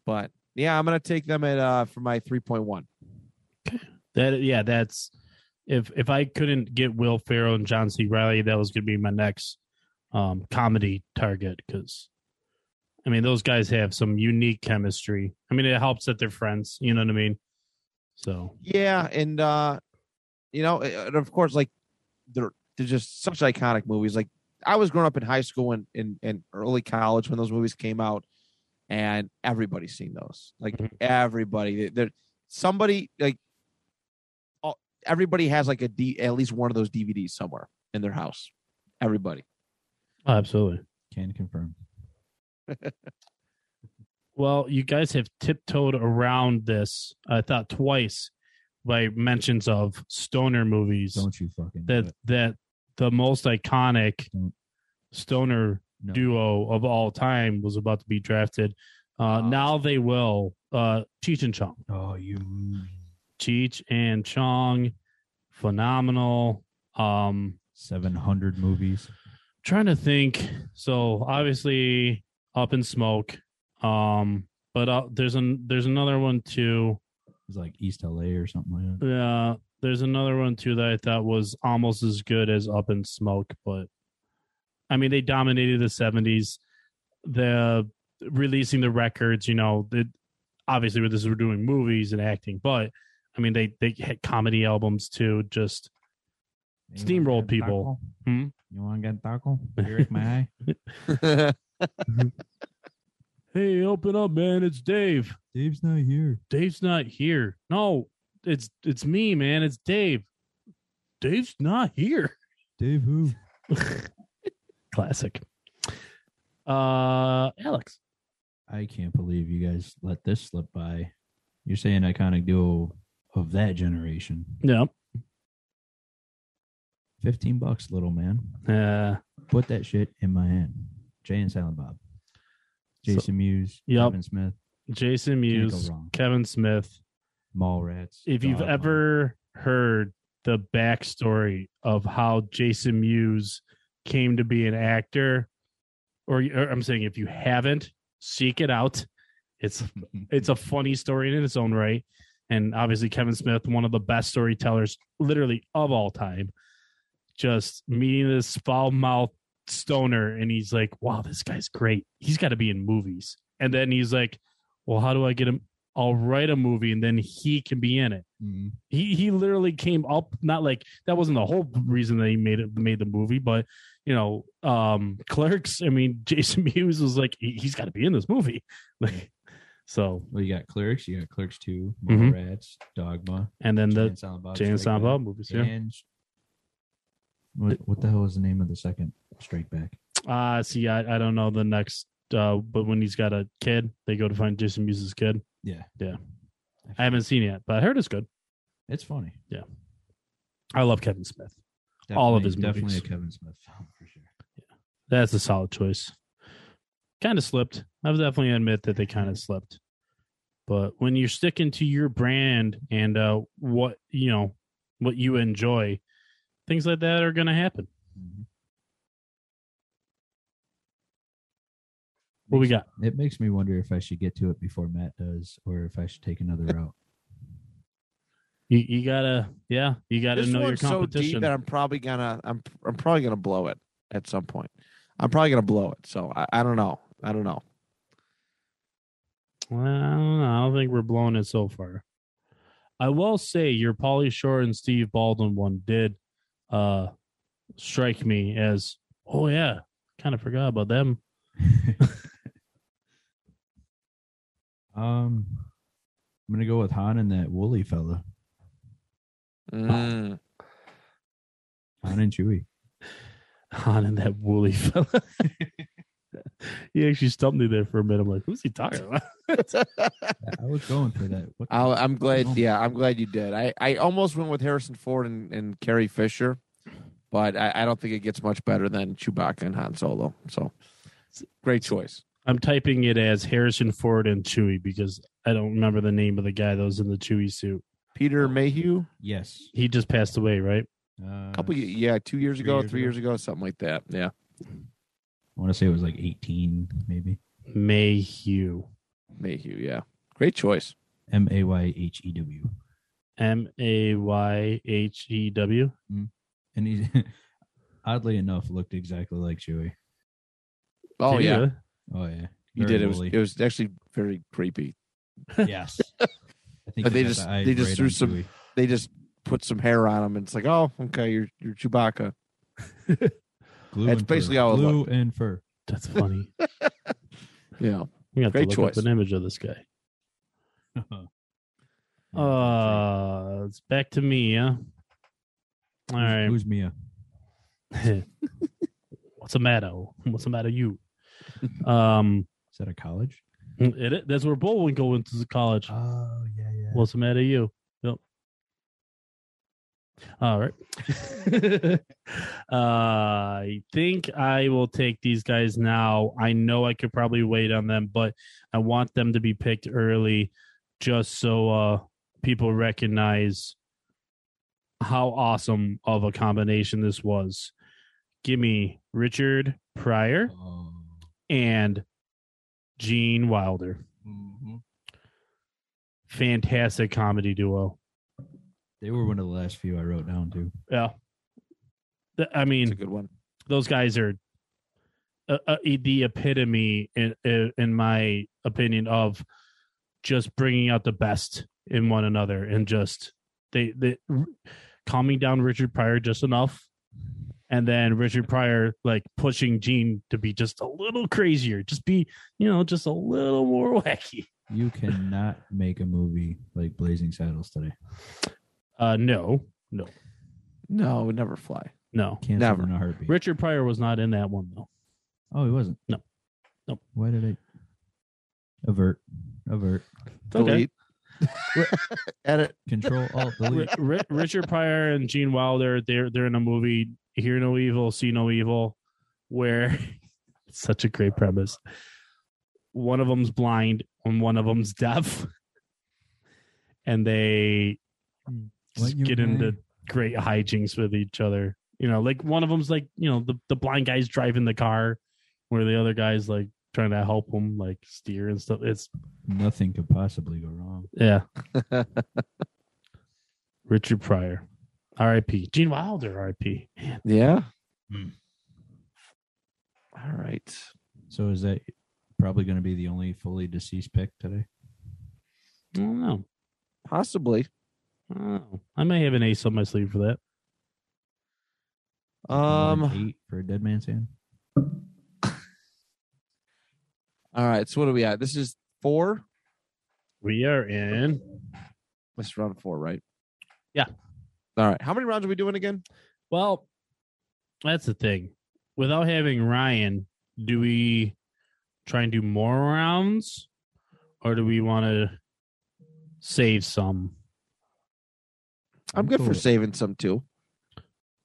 [SPEAKER 2] But yeah, I'm gonna take them at uh for my three point one.
[SPEAKER 1] That yeah, that's if if I couldn't get Will Ferrell and John C. Riley, that was going to be my next um, comedy target because I mean those guys have some unique chemistry. I mean it helps that they're friends. You know what I mean? So
[SPEAKER 2] Yeah, and uh you know, and of course, like they're they're just such iconic movies. Like I was growing up in high school and in and, early college when those movies came out, and everybody's seen those. Like
[SPEAKER 1] Mhm.
[SPEAKER 2] everybody, there somebody like all, everybody has like a D, at least one of those DVDs somewhere in their house. Everybody.
[SPEAKER 3] Oh,
[SPEAKER 1] absolutely.
[SPEAKER 3] Can confirm.
[SPEAKER 1] Well, you guys have tiptoed around this. I thought twice by mentions of stoner movies
[SPEAKER 3] Don't you fucking. do
[SPEAKER 1] that
[SPEAKER 3] it.
[SPEAKER 1] that the most iconic
[SPEAKER 3] Don't.
[SPEAKER 1] stoner
[SPEAKER 3] No.
[SPEAKER 1] duo of all time was about to be drafted. Uh,
[SPEAKER 2] Wow.
[SPEAKER 1] Now they will. Uh, Cheech and Chong.
[SPEAKER 3] Oh, you.
[SPEAKER 1] Cheech and Chong, phenomenal. Um,
[SPEAKER 3] 700 movies.
[SPEAKER 1] trying to think. So obviously, Up in Smoke. Um, but uh, there's an there's another one too.
[SPEAKER 3] It was like East LA or something like that.
[SPEAKER 1] Uh, there's another one too that I thought was almost as good as Up in Smoke, but I mean they dominated the 70s. The releasing the records, you know, it, obviously with this we're doing movies and acting, but I mean they they hit comedy albums too. Just
[SPEAKER 3] You
[SPEAKER 1] Steamroll
[SPEAKER 3] wanna get
[SPEAKER 1] people.
[SPEAKER 3] taco?
[SPEAKER 1] Hmm?
[SPEAKER 3] You want to get taco?
[SPEAKER 1] *laughs*
[SPEAKER 3] Eric, my eye.
[SPEAKER 1] hey, open up, man! It's Dave.
[SPEAKER 3] Dave's not here.
[SPEAKER 1] Dave's not here. No, it's it's me, man. It's Dave. Dave's not here. *laughs*
[SPEAKER 3] Dave, who?
[SPEAKER 1] Classic. Uh, Alex.
[SPEAKER 3] I can't believe you guys let this slip by. You're saying iconic duo of that generation.
[SPEAKER 1] No.
[SPEAKER 3] 15 bucks, little man.
[SPEAKER 1] Uh,
[SPEAKER 3] Put that shit in my hand. Jay and Silent Bob.
[SPEAKER 1] So-
[SPEAKER 3] Jason Mewes,
[SPEAKER 1] Yep.
[SPEAKER 3] Kevin Smith,
[SPEAKER 1] Jason
[SPEAKER 3] go
[SPEAKER 1] Mewes,
[SPEAKER 3] wrong.
[SPEAKER 1] Kevin Smith.
[SPEAKER 3] Mallrats. Rats.
[SPEAKER 1] If you've ever heard the backstory of how Jason Mewes came to be an actor, or, or I'm saying if you haven't, seek it out.
[SPEAKER 3] *laughs*
[SPEAKER 1] It's it's a funny story in its own right, and obviously Kevin Smith, one of the best storytellers, literally of all time. Just meeting this foul mouth stoner and he's like, wow, this guy's great. He's got to be in movies. And then he's like, well, how do I get him? I'll write a movie and then he can be in it.
[SPEAKER 3] Mhm.
[SPEAKER 1] He he literally came up not like that wasn't the whole reason that he made it made the movie, but you know, um *laughs* Clerks. I mean, Jason *laughs* Mewes was like he, he's got to be in this movie, *laughs* like so.
[SPEAKER 3] Well, you got Clerks, you got Clerks Two,
[SPEAKER 1] Mhm.
[SPEAKER 3] Rats, Dogma,
[SPEAKER 1] And then the
[SPEAKER 3] Jay and
[SPEAKER 1] Jay and Silent Bob movies, yeah.
[SPEAKER 3] And what, what the hell is the name of the second Strike Back?
[SPEAKER 1] Uh see, I, I don't know the next, uh but when he's got a kid, they go to find Jason Mewes' kid.
[SPEAKER 3] Yeah,
[SPEAKER 1] I haven't seen it yet, but I heard it's good.
[SPEAKER 3] it's funny.
[SPEAKER 1] I love Kevin Smith. All of
[SPEAKER 3] Definitely-
[SPEAKER 1] his
[SPEAKER 3] definitely
[SPEAKER 1] movies.
[SPEAKER 3] a Kevin Smith film for sure.
[SPEAKER 1] That's a solid choice. Kind of slipped. I would definitely admit that they kind of slipped. But when you're sticking to your brand and uh, what you know, what you enjoy, things like that are going to happen.
[SPEAKER 3] Mhm.
[SPEAKER 1] What we
[SPEAKER 3] Makes-
[SPEAKER 1] got?
[SPEAKER 3] It makes me wonder if I should get to it before Matt does, or if I should take another route.
[SPEAKER 1] You, you gotta, yeah, you gotta
[SPEAKER 2] This
[SPEAKER 1] know your
[SPEAKER 2] one's so deep
[SPEAKER 1] competition.
[SPEAKER 2] that I'm probably gonna I'm I'm probably gonna blow it at some point. I'm probably gonna blow it. So I, I don't know. I don't know.
[SPEAKER 1] Well, I don't know. I don't think we're blowing it so far. I will say your Polly Shore and Steve Baldwin one did uh strike me as oh yeah, kind of forgot about them.
[SPEAKER 3] um, I'm gonna go with Han and that woolly fella,
[SPEAKER 2] Mm.
[SPEAKER 3] Han and Chewie.
[SPEAKER 1] Han and that woolly fella. *laughs* he actually stumped me there for a minute. I'm like, who's he talking about?
[SPEAKER 3] I- I was going for that. What the-
[SPEAKER 2] I'll, I'm glad.
[SPEAKER 3] No.
[SPEAKER 2] Yeah, I'm glad you did. I, I almost went with Harrison Ford and, and Carrie Fisher, but I, I don't think it gets much better than Chewbacca and Han Solo. So great choice.
[SPEAKER 1] I'm typing it as Harrison Ford and Chewie because I don't remember the name of the guy that was in the Chewie suit.
[SPEAKER 2] Peter Mayhew,
[SPEAKER 3] yes.
[SPEAKER 1] He just passed away, right?
[SPEAKER 2] a
[SPEAKER 3] Uh,
[SPEAKER 2] couple, ye- yeah, two years
[SPEAKER 3] Three
[SPEAKER 2] ago,
[SPEAKER 3] years
[SPEAKER 2] three
[SPEAKER 3] ago.
[SPEAKER 2] years ago, something like that. Yeah,
[SPEAKER 3] I want to say it was like 18, maybe.
[SPEAKER 1] Mayhew.
[SPEAKER 2] Mayhew. Yeah, great choice.
[SPEAKER 3] M A Y H E W.
[SPEAKER 1] M A Y H E W.
[SPEAKER 3] And he, *laughs* oddly enough, looked exactly like Chewie.
[SPEAKER 2] Oh
[SPEAKER 1] Did he
[SPEAKER 2] yeah,
[SPEAKER 1] really?
[SPEAKER 3] Oh yeah,
[SPEAKER 2] you
[SPEAKER 3] Very
[SPEAKER 2] did. It was
[SPEAKER 3] woolly.
[SPEAKER 2] it was actually very creepy. *laughs*
[SPEAKER 3] yes. I think
[SPEAKER 2] But
[SPEAKER 3] he
[SPEAKER 2] they
[SPEAKER 3] got
[SPEAKER 2] just-
[SPEAKER 3] the eyes
[SPEAKER 2] they just
[SPEAKER 3] right
[SPEAKER 2] threw
[SPEAKER 3] on
[SPEAKER 2] some-
[SPEAKER 3] Chewie.
[SPEAKER 2] They just put some hair on him, and it's like, oh, okay, you're you're Chewbacca.
[SPEAKER 3] glue.
[SPEAKER 2] That's
[SPEAKER 3] and fur.
[SPEAKER 2] basically how it
[SPEAKER 3] glue and fur.
[SPEAKER 2] *laughs*
[SPEAKER 1] That's funny.
[SPEAKER 2] Yeah,
[SPEAKER 1] We have
[SPEAKER 2] Great
[SPEAKER 1] to look
[SPEAKER 2] choice.
[SPEAKER 1] up an image of this guy. Uh, it's back to me, yeah. All
[SPEAKER 3] Who's-
[SPEAKER 2] *laughs*
[SPEAKER 1] right. *laughs*
[SPEAKER 3] Who's Mia?
[SPEAKER 1] What's the matter? What's the matter, you? Um,
[SPEAKER 3] Is that a college?
[SPEAKER 1] Mm, it, it- that's where Bullwinkle went to college.
[SPEAKER 3] Oh yeah, yeah.
[SPEAKER 1] What's the matter, you? Yep. All right. uh, I think I will take these guys now. I know I could probably wait on them, but I want them to be picked early just so uh, people recognize how awesome of a combination this was. Give me Richard Pryor
[SPEAKER 3] uh,
[SPEAKER 1] and Gene Wilder.
[SPEAKER 3] mm-hmm.
[SPEAKER 1] Fantastic comedy duo.
[SPEAKER 3] They were one of the last few I wrote down too.
[SPEAKER 1] Yeah. Th- I
[SPEAKER 2] it's a
[SPEAKER 1] mean,
[SPEAKER 2] good one.
[SPEAKER 1] those guys are uh, uh, the epitome, in, in in my opinion, of just bringing out the best in one another and just they, they calming down Richard Pryor just enough. And then Richard Pryor like pushing Gene to be just a little crazier, just be, you know, just a little more *laughs* wacky.
[SPEAKER 3] You cannot make a movie like Blazing Saddles today.
[SPEAKER 1] Uh no, no,
[SPEAKER 2] No, it would never fly.
[SPEAKER 1] no.
[SPEAKER 3] Can't
[SPEAKER 2] Never.
[SPEAKER 3] in a heartbeat.
[SPEAKER 1] Richard Pryor was not in that one though.
[SPEAKER 3] oh, he wasn't.
[SPEAKER 1] No. No.
[SPEAKER 3] Why did I? Avert. Avert.
[SPEAKER 2] Delete. *laughs* Edit.
[SPEAKER 1] *laughs*
[SPEAKER 3] Control Alt
[SPEAKER 1] Ri-
[SPEAKER 3] Delete.
[SPEAKER 1] Ri- Richard Pryor and Gene Wilder, they're they're in a movie, Hear No Evil, See No Evil, where *laughs* such a great premise. One of them's blind and one of them's deaf, and they
[SPEAKER 3] What
[SPEAKER 1] just
[SPEAKER 3] you
[SPEAKER 1] get into great hijinks with each other. You know, like one of them's like you know the the blind guy's driving the car, where the other guy's like trying to help him like steer and stuff. It's
[SPEAKER 3] Nothing could possibly go wrong.
[SPEAKER 2] *laughs*
[SPEAKER 1] yeah. Richard Hmm. Pryor. R.I.P. Gene Wilder, R.I.P.
[SPEAKER 2] Yeah. All right.
[SPEAKER 3] So is that probably going to be the only fully deceased pick today?
[SPEAKER 1] I don't know.
[SPEAKER 2] Possibly.
[SPEAKER 1] I don't know. I may have an ace on my sleeve for that.
[SPEAKER 3] Like
[SPEAKER 2] Um.
[SPEAKER 3] eight for a dead man's hand.
[SPEAKER 2] All right. So what are we at? This is four.
[SPEAKER 1] We are in.
[SPEAKER 2] This is round four, right?
[SPEAKER 1] Yeah.
[SPEAKER 2] All right. How many rounds are we doing again?
[SPEAKER 1] Well, that's the thing. Without having Ryan, do we try and do more rounds or do we want to save some?
[SPEAKER 2] I'm good for
[SPEAKER 3] Cool.
[SPEAKER 2] saving some too.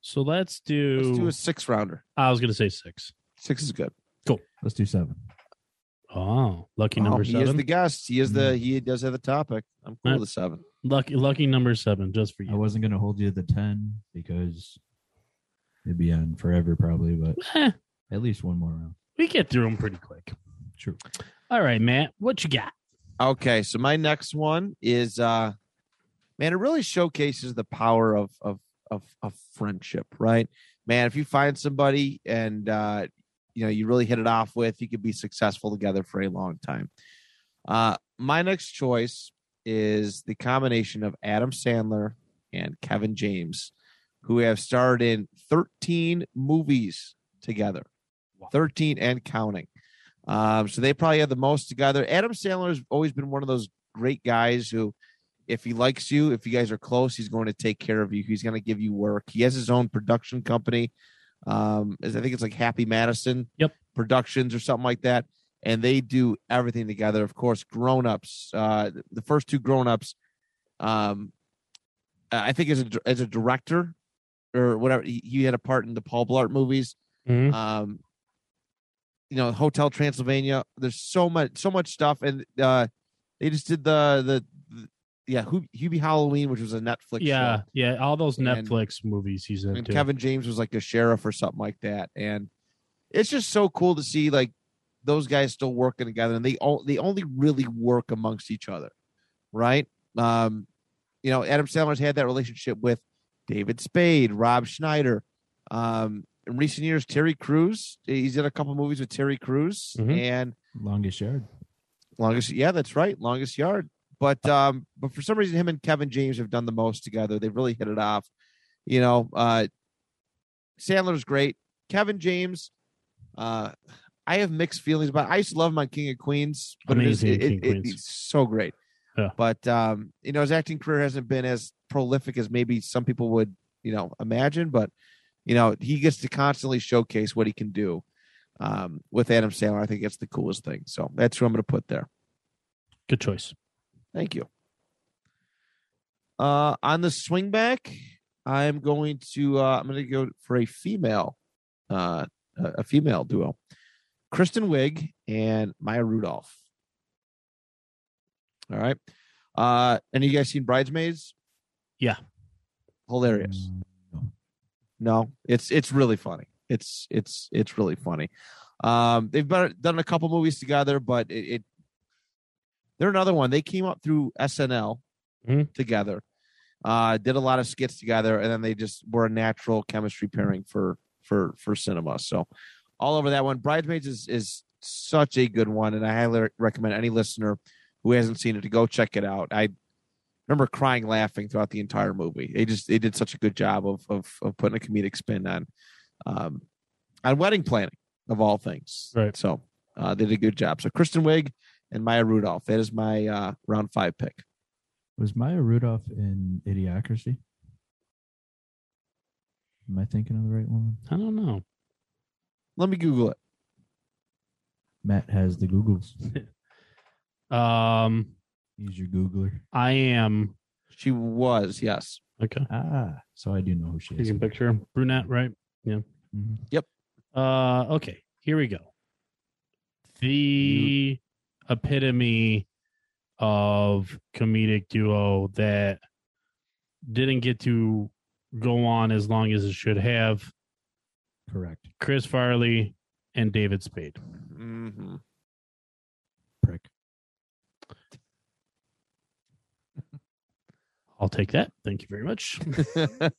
[SPEAKER 1] So let's do,
[SPEAKER 2] Let's do a six rounder.
[SPEAKER 1] I was going to say six.
[SPEAKER 2] Six is good.
[SPEAKER 3] Let's do seven.
[SPEAKER 1] Oh, lucky
[SPEAKER 2] Oh,
[SPEAKER 1] number
[SPEAKER 2] he is
[SPEAKER 1] seven. Hmm.
[SPEAKER 2] the guest. He is the he does have the topic. I'm cool
[SPEAKER 1] Huh?
[SPEAKER 2] with a seven.
[SPEAKER 1] lucky, lucky number seven, just for
[SPEAKER 3] I
[SPEAKER 1] you.
[SPEAKER 3] wasn't going to hold you to the ten because it'd be on forever probably, but
[SPEAKER 1] Eh,
[SPEAKER 3] at least one more round.
[SPEAKER 1] we get through them pretty quick.
[SPEAKER 3] True.
[SPEAKER 1] All right, Matt, what you got?
[SPEAKER 2] Okay, so my next one is uh man, it really showcases the power of of of of friendship, right? Man, if you find somebody and uh you know you really hit it off with, you could be successful together for a long time. Uh my next choice is the combination of Adam Sandler and Kevin James, who have starred in 13 movies together. 13 and counting. Um, so they probably have the most together. Adam Sandler has always been one of those great guys who, if he likes you, if you guys are close, he's going to take care of you. He's going to give you work. He has his own production company. Um, as I think it's like Happy Madison
[SPEAKER 1] Yep.
[SPEAKER 2] Productions or something like that. And they do everything together. Of course, grown ups. Uh, the first two grown ups, um, I think as a as a director or whatever, he, he had a part in the Paul Blart movies
[SPEAKER 1] Mhm.
[SPEAKER 2] um you know hotel transylvania there's so much so much stuff and uh they just did the the, the yeah Hu- hubie halloween which was a netflix
[SPEAKER 1] Yeah, yeah, all those
[SPEAKER 2] And-
[SPEAKER 1] Netflix movies he's
[SPEAKER 2] show
[SPEAKER 1] into.
[SPEAKER 2] and kevin james was like a sheriff or something like that and it's just so cool to see like those guys still working together and they all they only really work amongst each other right um you know adam sandler's had that relationship with david spade rob schneider um in recent years terry Crews. he's in a couple movies with terry Crews
[SPEAKER 1] Mhm.
[SPEAKER 2] and
[SPEAKER 3] Longest yard.
[SPEAKER 2] Longest, yeah, that's right. Longest yard. But um, but for some reason, him and Kevin James have done the most together. They've really hit it off. You know, uh, Sandler's great. Kevin James, uh, I have mixed feelings about. I used to love him on King of Queens, but it is
[SPEAKER 1] Amazing
[SPEAKER 2] it,
[SPEAKER 1] King of
[SPEAKER 2] it-
[SPEAKER 1] Queens.
[SPEAKER 2] it's so great.
[SPEAKER 1] Yeah.
[SPEAKER 2] But um, you know, his acting career hasn't been as prolific as maybe some people would you know imagine. But you know, he gets to constantly showcase what he can do. Um, with Adam Sandler, I think it's the coolest thing. So that's who I'm going to put there.
[SPEAKER 1] Good choice.
[SPEAKER 2] Thank you. Uh, on the swing back, I'm going to uh, I'm going to go for a female, uh, a a female duo, Kristen Wiig and Maya Rudolph. All right. Uh, any of you guys seen Bridesmaids?
[SPEAKER 1] Yeah.
[SPEAKER 3] Um,
[SPEAKER 2] Hilarious.
[SPEAKER 3] No.
[SPEAKER 2] No, it's it's really funny. It's it's it's really funny. Um, they've been, done a couple movies together, but it, it they're another one. They came up through SNL
[SPEAKER 1] Mhm.
[SPEAKER 2] together, uh, did a lot of skits together, and then they just were a natural chemistry pairing for for for cinema. So all over that one, Bridesmaids is is such a good one, and I highly recommend any listener who hasn't seen it to go check it out. I remember crying laughing throughout the entire movie. They just they did such a good job of of, of putting a comedic spin on um on wedding planning of all things.
[SPEAKER 1] Right.
[SPEAKER 2] So uh, they did a good job. So Kristen Wiig and Maya Rudolph. That is my uh, round five pick.
[SPEAKER 3] Was Maya Rudolph in Idiocracy? Am I thinking of the right one?
[SPEAKER 1] I don't know.
[SPEAKER 2] Let me Google it.
[SPEAKER 3] Matt has the Googles.
[SPEAKER 1] Um,
[SPEAKER 3] He's your Googler.
[SPEAKER 1] I am
[SPEAKER 2] She was yes.
[SPEAKER 1] okay.
[SPEAKER 3] Ah, so I do know who she
[SPEAKER 1] You
[SPEAKER 3] is.
[SPEAKER 1] can picture him. brunette, right?
[SPEAKER 3] Mhm.
[SPEAKER 1] Uh, okay. Here we go. The epitome of comedic duo that didn't get to go on as long as it should have.
[SPEAKER 3] Correct.
[SPEAKER 1] Chris Farley and David Spade.
[SPEAKER 3] *laughs*
[SPEAKER 2] Mm-hmm.
[SPEAKER 3] Prick.
[SPEAKER 1] I'll take that. Thank you very much.
[SPEAKER 2] I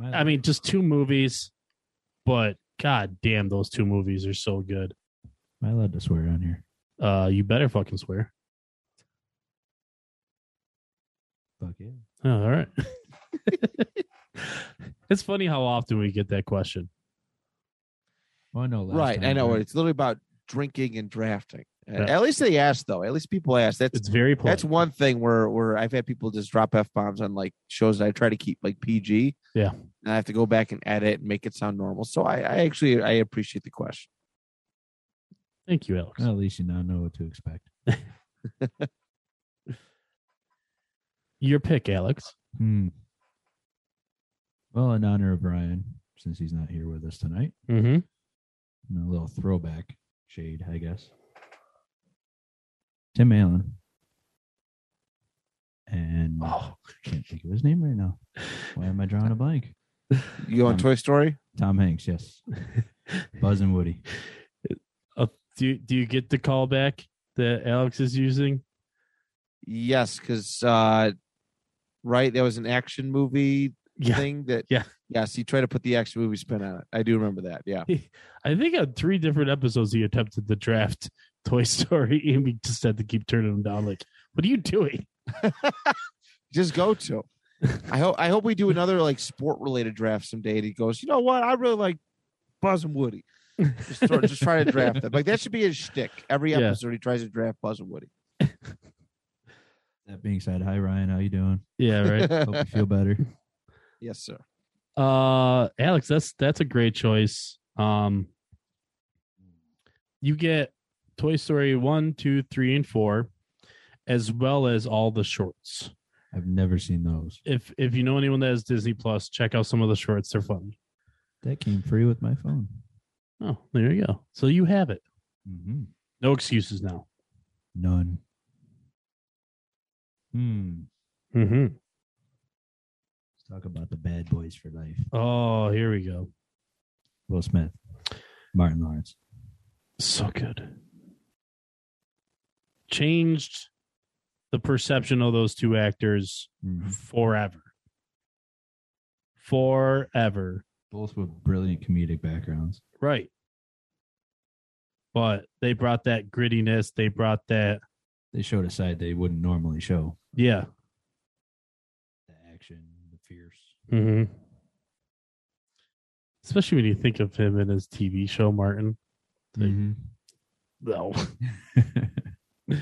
[SPEAKER 1] I mean, just two movies, but God damn, those two movies are so good.
[SPEAKER 3] Am I allowed to swear on here?
[SPEAKER 1] Uh, you better fucking swear.
[SPEAKER 3] Fuck yeah.
[SPEAKER 1] Oh, all right. *laughs* it's funny how often we get that question.
[SPEAKER 3] Well, Oh, I know. Last
[SPEAKER 2] right.
[SPEAKER 3] time,
[SPEAKER 2] I know.
[SPEAKER 3] right?
[SPEAKER 2] It's literally about drinking and drafting. And
[SPEAKER 1] Yeah.
[SPEAKER 2] At least they ask, though. At least people ask. That's
[SPEAKER 1] It's very polite.
[SPEAKER 2] that's one thing where where I've had people just drop f bombs on like shows that I try to keep like PG.
[SPEAKER 1] Yeah.
[SPEAKER 2] and I have to go back and edit and make it sound normal. So I, I actually I appreciate the question.
[SPEAKER 1] Thank you, Alex.
[SPEAKER 3] Well, at least you now know what to expect.
[SPEAKER 1] Your pick, Alex.
[SPEAKER 3] Hmm. Well, in honor of Brian, since he's not here with us tonight,
[SPEAKER 1] Mm-hmm.
[SPEAKER 3] and a little throwback shade, I guess. Tim Allen. And I
[SPEAKER 1] Oh,
[SPEAKER 3] can't think of his name right now. Why am I drawing a blank?
[SPEAKER 2] You on
[SPEAKER 1] Mm.
[SPEAKER 3] Um,
[SPEAKER 2] Toy Story?
[SPEAKER 3] Tom Hanks, *laughs* yes. Buzz and Woody.
[SPEAKER 1] do you, do you get the call back that Alex is using?
[SPEAKER 2] Yes, because uh, right there was an action movie
[SPEAKER 1] Yeah,
[SPEAKER 2] thing that
[SPEAKER 1] Yeah.
[SPEAKER 2] yes he tried to put the action movie spin on it. I do remember that. Yeah,
[SPEAKER 1] I think on three different episodes he attempted the draft *laughs* Toy Story, and we just had to keep turning him down. Like, what are you doing?
[SPEAKER 2] just go to.
[SPEAKER 1] *laughs*
[SPEAKER 2] I hope I hope we do another like sport related draft someday. And he goes, you know what? I really like Buzz and Woody. Just, throw, just try
[SPEAKER 1] *laughs*
[SPEAKER 2] to draft them. Like that should be his shtick. Every
[SPEAKER 1] Yeah.
[SPEAKER 2] episode he tries to draft Buzz and Woody.
[SPEAKER 3] That being said, hi Ryan, how you doing?
[SPEAKER 1] Yeah, right.
[SPEAKER 3] Hope you feel *laughs* better.
[SPEAKER 2] *laughs* yes, sir.
[SPEAKER 1] Uh, Alex, that's that's a great choice. Um, you get Toy Story one, two, three, and four, as well as all the shorts.
[SPEAKER 3] I've never seen those.
[SPEAKER 1] If if you know anyone that has Disney Plus, check out some of the shorts. They're funny.
[SPEAKER 3] That came free with my phone.
[SPEAKER 1] Oh, there you go. So you have it.
[SPEAKER 3] Mm-hmm.
[SPEAKER 1] No excuses now.
[SPEAKER 3] None. Hmm.
[SPEAKER 1] Mm-hmm.
[SPEAKER 3] Let's talk about the bad boys for life.
[SPEAKER 1] Oh, here we go.
[SPEAKER 3] Will Smith, Martin Lawrence.
[SPEAKER 1] So good. Changed the perception of those two actors
[SPEAKER 3] Mhm.
[SPEAKER 1] forever. Forever.
[SPEAKER 3] Both with brilliant comedic backgrounds.
[SPEAKER 1] Right. But they brought that grittiness. They brought that,
[SPEAKER 3] They showed a side they wouldn't normally show.
[SPEAKER 1] yeah.
[SPEAKER 3] The action, the fierce.
[SPEAKER 1] Mm-hmm. Especially when you think of him in his TV show, Martin. Mm-hmm. No, *laughs*
[SPEAKER 3] I- I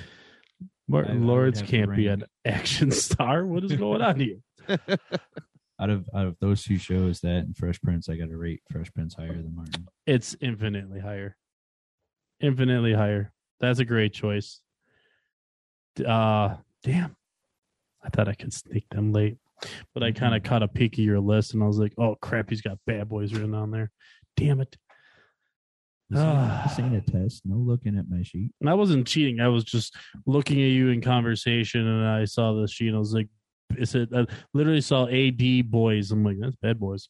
[SPEAKER 1] Martin
[SPEAKER 3] would
[SPEAKER 1] Lawrence
[SPEAKER 3] have to
[SPEAKER 1] can't be
[SPEAKER 3] rank-
[SPEAKER 1] an action *laughs* star. What is going on here?
[SPEAKER 3] out of out of those two shows, that and Fresh Prince, I got to rate Fresh Prince higher than Martin.
[SPEAKER 1] It's infinitely higher. Infinitely higher. That's a great choice. D- Uh damn. I thought I could sneak them late. But I kind of caught a peek of your list and I was like, oh crap, he's got bad boys written on there. Damn it.
[SPEAKER 3] This
[SPEAKER 1] Ah.
[SPEAKER 3] ain't, this ain't a test. No looking at my sheet.
[SPEAKER 1] And I wasn't cheating. I was just looking at you in conversation and I saw the sheet and I was like, is it I literally saw A D boys. I'm like, that's bad boys.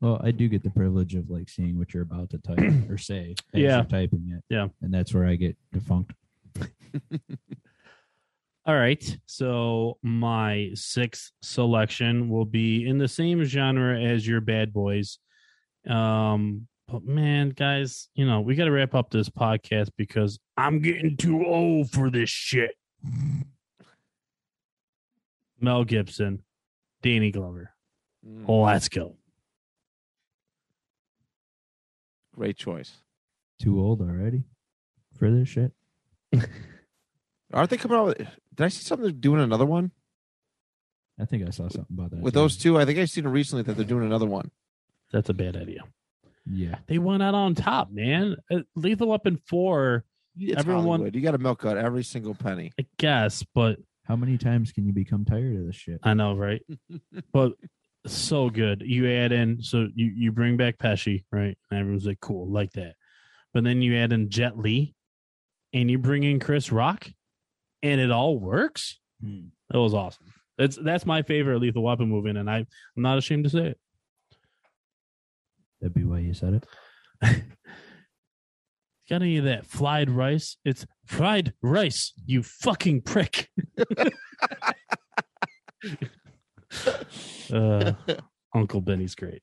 [SPEAKER 3] Well, I do get the privilege of like seeing what you're about
[SPEAKER 1] *clears throat*
[SPEAKER 3] to type or say as
[SPEAKER 1] Yeah.
[SPEAKER 3] you're typing it.
[SPEAKER 1] Yeah.
[SPEAKER 3] and that's where I get defunct.
[SPEAKER 1] All right. So my sixth selection will be in the same genre as your Bad Boys. Um, but man, guys, you know, we got to wrap up this podcast because I'm getting too old for this shit. Mel Gibson, Danny Glover.
[SPEAKER 2] Mm,
[SPEAKER 1] Let's go.
[SPEAKER 2] Great choice.
[SPEAKER 3] Too old already for this shit.
[SPEAKER 2] Aren't they coming out with did I see something they're doing another one?
[SPEAKER 3] I think I saw something about that
[SPEAKER 2] With
[SPEAKER 3] too.
[SPEAKER 2] those two, I think I've seen it recently that they're doing another one.
[SPEAKER 1] That's a bad idea.
[SPEAKER 3] Yeah,
[SPEAKER 1] They went out on top, man. Uh, Lethal Weapon 4,
[SPEAKER 2] It's
[SPEAKER 1] Everyone-
[SPEAKER 2] Hollywood. you got to milk out every single penny.
[SPEAKER 1] I guess, but
[SPEAKER 3] how many times can you become tired of this shit?
[SPEAKER 1] I know, right? but so good. You add in, so you, you bring back Pesci, right? And everyone's like, cool, like that. But then you add in Jet Li and you bring in Chris Rock and it all works.
[SPEAKER 3] Hmm.
[SPEAKER 1] That was awesome. That's that's my favorite Lethal Weapon movie, and I, I'm not ashamed to say it.
[SPEAKER 3] That'd be why you said it.
[SPEAKER 1] Got any of that fried rice? It's fried rice, you fucking prick. *laughs* uh, Uncle Benny's great.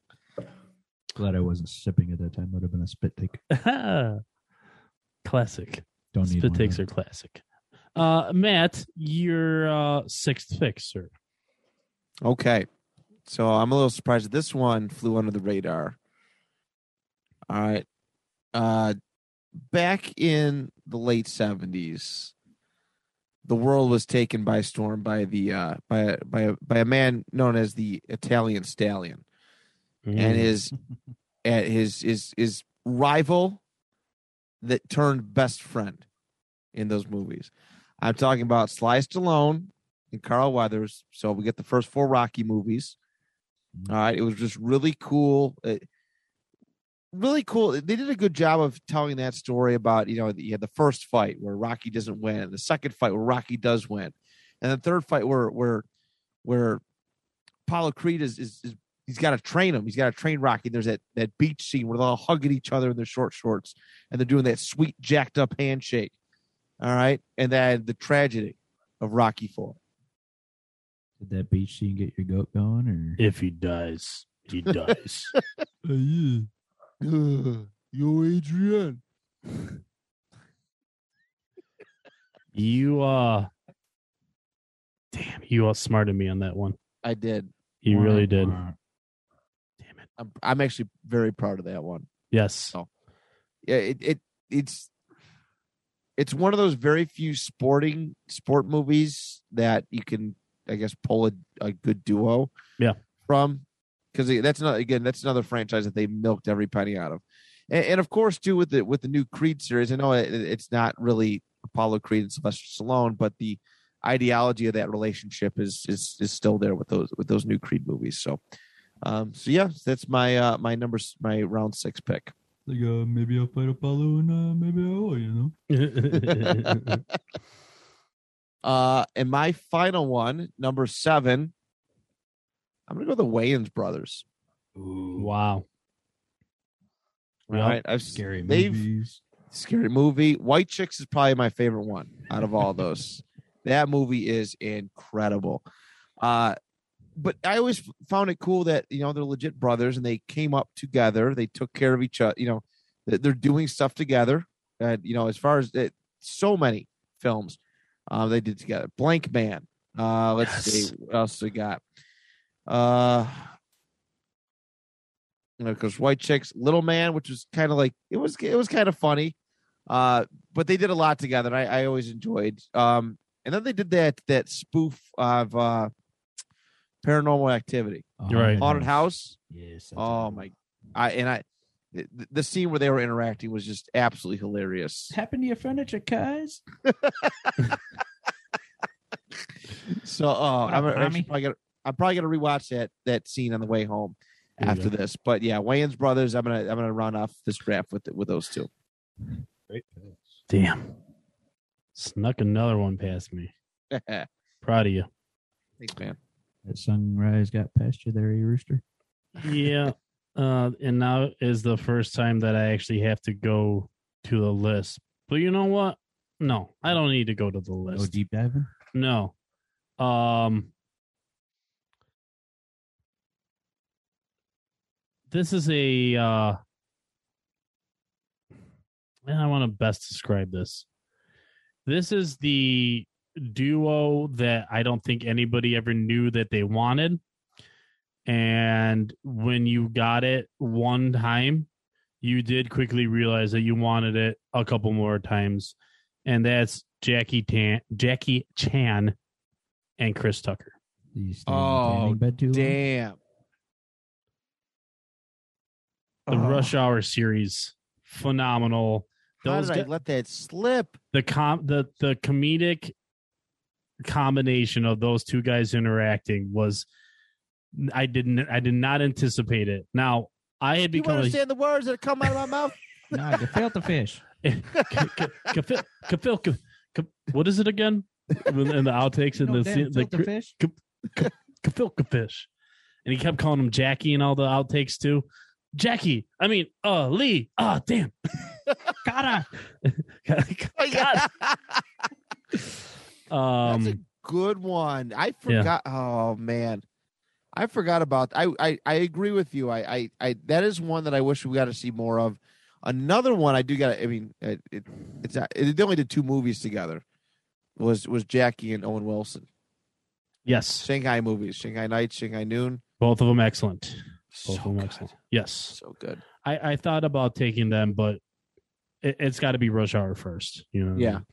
[SPEAKER 3] Glad I wasn't sipping at that time. Would have been a spit take.
[SPEAKER 1] *laughs* classic.
[SPEAKER 3] Don't need
[SPEAKER 1] Spit
[SPEAKER 3] one,
[SPEAKER 1] takes
[SPEAKER 3] though.
[SPEAKER 1] are classic. Uh, Matt, your uh, sixth fix, sir.
[SPEAKER 2] Okay. So I'm a little surprised that this one flew under the radar. All right. Uh back in the late 70s, the world was taken by storm by the uh by by a, by a man known as the Italian Stallion and his at his his his rival that turned best friend in those movies. I'm talking about Sly Stallone and Carl Weathers. So we get the first four Rocky movies. All right, it was just really cool. It- really cool. They did a good job of telling that story about you know you had the first fight where Rocky doesn't win, and the second fight where Rocky does win, and the third fight where where where Apollo Creed is is, is he's got to train him. He's got to train Rocky. There's that that beach scene where they're all hugging each other in their short shorts, and they're doing that sweet jacked up handshake. All right, and then the tragedy of Rocky Four.
[SPEAKER 3] Did that beach scene get your goat going, or
[SPEAKER 1] If he dies,
[SPEAKER 3] *laughs*
[SPEAKER 1] he dies.
[SPEAKER 3] Uh,
[SPEAKER 2] Yo, Adrian.
[SPEAKER 1] you uh damn, you outsmarted me on that one.
[SPEAKER 2] I did.
[SPEAKER 1] You really did. Damn it.
[SPEAKER 2] I'm, I'm actually very proud of that one.
[SPEAKER 3] Oh.
[SPEAKER 1] Yes.
[SPEAKER 2] Yeah, it, it it's it's one of those very few sporting sport movies that you can, I guess, pull a, a good duo.
[SPEAKER 1] Yeah.
[SPEAKER 2] From because that's not again that's another franchise that they milked every penny out of, and, and of course too with the with the new Creed series. I know it, it's not really Apollo Creed and Sylvester Stallone, but the ideology of that relationship is is is still there with those with those new Creed movies. So. Um, so yeah, that's my uh, my number s- my round six pick.
[SPEAKER 3] Like, uh, maybe I'll fight Apollo, and uh, maybe I will. You know.
[SPEAKER 2] Uh, and my final one, number seven, I'm gonna go the Wayans brothers.
[SPEAKER 1] *laughs* wow.
[SPEAKER 2] All
[SPEAKER 1] Yep.
[SPEAKER 2] right, I've
[SPEAKER 3] Scary
[SPEAKER 2] They've-
[SPEAKER 3] movies.
[SPEAKER 2] scary movie. White Chicks is probably my favorite one out of all those. *laughs* that movie is incredible. Uh, but I always f- found it cool that you know they're legit brothers and they came up together. They took care of each other. You know, th- they're doing stuff together. And you know, as far as it, so many films uh, they did together. Blank Man. Uh, let's
[SPEAKER 1] Yes.
[SPEAKER 2] see what else they got. Uh, because White Chicks, Little Man, which was kind of like it was it was kind of funny. Uh, but they did a lot together. And I, I always enjoyed. Um, and then they did that that spoof of uh, Paranormal Activity,
[SPEAKER 3] A
[SPEAKER 1] You're right.
[SPEAKER 2] Haunted House.
[SPEAKER 3] Yes. that's
[SPEAKER 2] Oh
[SPEAKER 3] it.
[SPEAKER 2] my! I and I, the, the scene where they were interacting was just absolutely
[SPEAKER 1] *laughs*
[SPEAKER 2] hilarious.
[SPEAKER 3] Happened to your furniture, guys?
[SPEAKER 2] So, oh,
[SPEAKER 3] What
[SPEAKER 2] I'm,
[SPEAKER 3] up,
[SPEAKER 2] actually
[SPEAKER 3] Tommy?
[SPEAKER 2] probably gonna, I'm probably gonna rewatch that that scene on the way home
[SPEAKER 1] There you
[SPEAKER 2] after
[SPEAKER 1] go.
[SPEAKER 2] this. But yeah, Wayans brothers. I'm gonna I'm gonna run off this draft with with those two. *laughs*
[SPEAKER 3] Great pass.
[SPEAKER 1] Damn. Snuck another one past me.
[SPEAKER 2] Thanks,
[SPEAKER 1] Proud of you.
[SPEAKER 2] man.
[SPEAKER 3] That sunrise got past you there, you rooster.
[SPEAKER 1] yeah. Uh, and now is the first time that I actually have to go to the list. But you know what? No, I don't need to go to the
[SPEAKER 3] No
[SPEAKER 1] list.
[SPEAKER 3] Oh, deep diving.
[SPEAKER 1] No. Um This is a uh and I want to best describe this. This is the duo that I don't think anybody ever knew that they wanted. And when you got it one time, you did quickly realize that you wanted it a couple more times. And that's Jackie Tan Jackie Chan and Chris Tucker.
[SPEAKER 3] Did you stay in the
[SPEAKER 2] Oh,
[SPEAKER 3] tanning bed too long?
[SPEAKER 2] Damn.
[SPEAKER 1] The
[SPEAKER 2] Oh,
[SPEAKER 1] Rush Hour series. Phenomenal.
[SPEAKER 2] How
[SPEAKER 1] those
[SPEAKER 2] did I
[SPEAKER 1] guy-
[SPEAKER 2] let that slip?
[SPEAKER 1] the com the the comedic combination of those two guys interacting was I didn't I did not anticipate it. Now I had
[SPEAKER 2] You
[SPEAKER 1] become a
[SPEAKER 2] understand the words that come out of my
[SPEAKER 3] *laughs*
[SPEAKER 2] mouth?
[SPEAKER 3] No, I failed the *laughs* fish.
[SPEAKER 1] Ka- ka- kafil, kafil, ka- ka- what is
[SPEAKER 2] *laughs*
[SPEAKER 1] it again? In in the outtakes in
[SPEAKER 3] No,
[SPEAKER 1] the
[SPEAKER 3] Dan,
[SPEAKER 1] scene, the
[SPEAKER 3] filter
[SPEAKER 1] gr-
[SPEAKER 3] fish.
[SPEAKER 1] kafilka fish, and he kept calling him Jackie and all the outtakes too. Jackie, I mean, uh, Lee, ah,
[SPEAKER 2] *laughs*
[SPEAKER 1] damn, *laughs*
[SPEAKER 3] Gotta.
[SPEAKER 2] Oh, yeah. *laughs*
[SPEAKER 1] um,
[SPEAKER 2] That's a good one. I forgot. Oh man, I forgot about. I I, I agree with you. I, I I that is one that I wish we got to see more of. Another one I do got. I mean, it, it it's not- it, they only did two movies together. Was was Jackie and Owen Wilson
[SPEAKER 1] Yes,
[SPEAKER 2] Shanghai movies Shanghai Nights Shanghai Noon
[SPEAKER 1] both of them excellent. Both
[SPEAKER 2] so
[SPEAKER 1] of them
[SPEAKER 2] good
[SPEAKER 1] excellent. Yes,
[SPEAKER 2] so good
[SPEAKER 1] I, I thought about taking them, but it, it's got to be Rush Hour first. You know. what I
[SPEAKER 2] Yeah.
[SPEAKER 1] mean?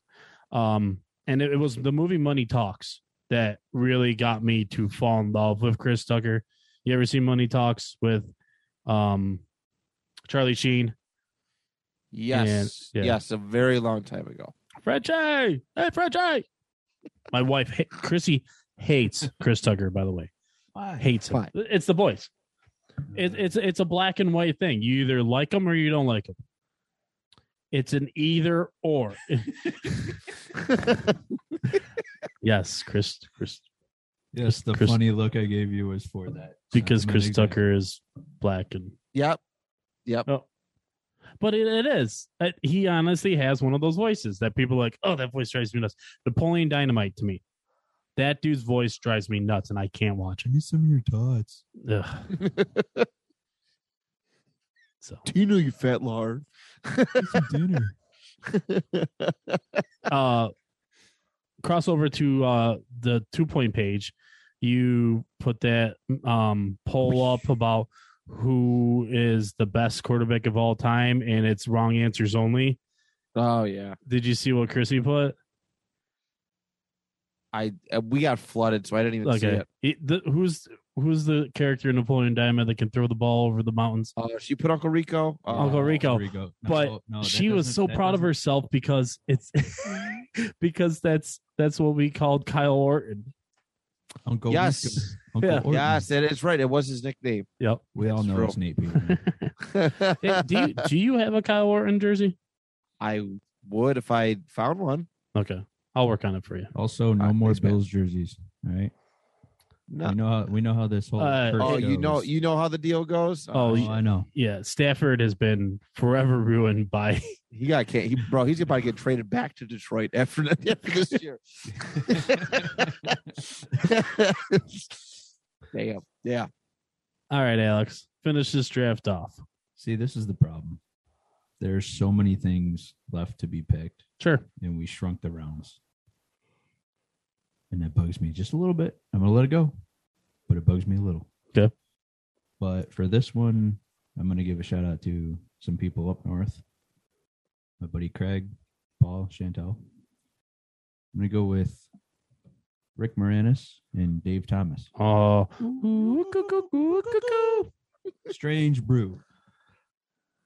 [SPEAKER 1] Um, and it, it was the movie Money Talks that really got me to fall in love with Chris Tucker. You ever seen Money Talks with, um, Charlie Sheen?
[SPEAKER 2] yes
[SPEAKER 1] yeah.
[SPEAKER 2] yes a very long time ago
[SPEAKER 1] Frenchie, hey Frenchie. My wife, ha- Chrissy, hates Chris Tucker. By the way, hates him.
[SPEAKER 2] Why?
[SPEAKER 1] It's the boys. It, it's it's a black and white thing. You either like them or you don't like them. It's an either
[SPEAKER 2] *laughs*
[SPEAKER 1] or. *laughs* yes, Chris. Chris,
[SPEAKER 3] yes, the
[SPEAKER 1] Chris-
[SPEAKER 3] funny look I gave you was for that
[SPEAKER 1] because Chris
[SPEAKER 3] sentiment
[SPEAKER 1] Tucker is black and.
[SPEAKER 2] yep
[SPEAKER 1] But it, it is. It- he honestly has one of those voices that people are like, oh, that voice drives me nuts. Napoleon Dynamite to me. That dude's voice drives me nuts and I can't watch
[SPEAKER 3] Give me some of your thoughts.
[SPEAKER 1] it. Ugh. so
[SPEAKER 2] Tina you fat lard
[SPEAKER 3] Get some dinner.
[SPEAKER 1] uh cross over to uh the two point page you put that um poll up about who is the best quarterback of all time and it's wrong answers only
[SPEAKER 2] oh yeah
[SPEAKER 1] did you see what chrissy put
[SPEAKER 2] I uh, we got flooded so I didn't even see
[SPEAKER 1] okay
[SPEAKER 2] it
[SPEAKER 1] It- the- who's who's the character in napoleon diamond that can throw the ball over the mountains
[SPEAKER 2] oh she put Uncle Rico oh,
[SPEAKER 1] Uncle Rico.
[SPEAKER 3] Rico. No,
[SPEAKER 1] but
[SPEAKER 3] oh, no, that
[SPEAKER 1] she was
[SPEAKER 3] doesn't-
[SPEAKER 1] so
[SPEAKER 3] that
[SPEAKER 1] proud of
[SPEAKER 3] doesn't-
[SPEAKER 1] herself because
[SPEAKER 3] *laughs*
[SPEAKER 1] it's *laughs* because that's that's what we called kyle orton
[SPEAKER 3] Uncle
[SPEAKER 2] Yes.
[SPEAKER 3] Rico. Uncle
[SPEAKER 1] Yeah.
[SPEAKER 3] Orton.
[SPEAKER 2] yes that is right it was his nickname
[SPEAKER 1] yep
[SPEAKER 3] We all
[SPEAKER 2] That's
[SPEAKER 3] know
[SPEAKER 2] true.
[SPEAKER 3] it's
[SPEAKER 2] *laughs*
[SPEAKER 3] Nate Peterman.
[SPEAKER 1] *laughs* Hey, do you, do you have a kyle orton jersey
[SPEAKER 2] I would if I found one
[SPEAKER 1] Okay. I'll work on it for you.
[SPEAKER 3] Also, no
[SPEAKER 2] Alright,
[SPEAKER 3] more
[SPEAKER 2] thanks, man.
[SPEAKER 3] Bills jerseys. All right,
[SPEAKER 2] no
[SPEAKER 3] we know how we know how this whole.
[SPEAKER 1] Uh,
[SPEAKER 3] curse
[SPEAKER 2] oh you know
[SPEAKER 3] goes.
[SPEAKER 2] you know how the deal goes
[SPEAKER 1] Oh,
[SPEAKER 3] Oh,
[SPEAKER 1] you-
[SPEAKER 3] I know.
[SPEAKER 1] Yeah. Stafford has been forever ruined by *laughs*
[SPEAKER 2] He got can't he bro, he's about to get traded back to Detroit after, *laughs* after this year. Damn. Yeah.
[SPEAKER 1] all right, Alex. Finish this draft off.
[SPEAKER 3] See, this is the problem. There's so many things left to be picked,
[SPEAKER 1] Sure.
[SPEAKER 3] and we shrunk the rounds, and that bugs me just a little bit. I'm gonna let it go, but it bugs me a little.
[SPEAKER 1] Okay.
[SPEAKER 3] But for this one, I'm gonna give a shout out to some people up north. My buddy Craig, Paul, Chantel. I'm gonna go with Rick Moranis and Dave Thomas.
[SPEAKER 1] Oh.
[SPEAKER 3] Strange Brew.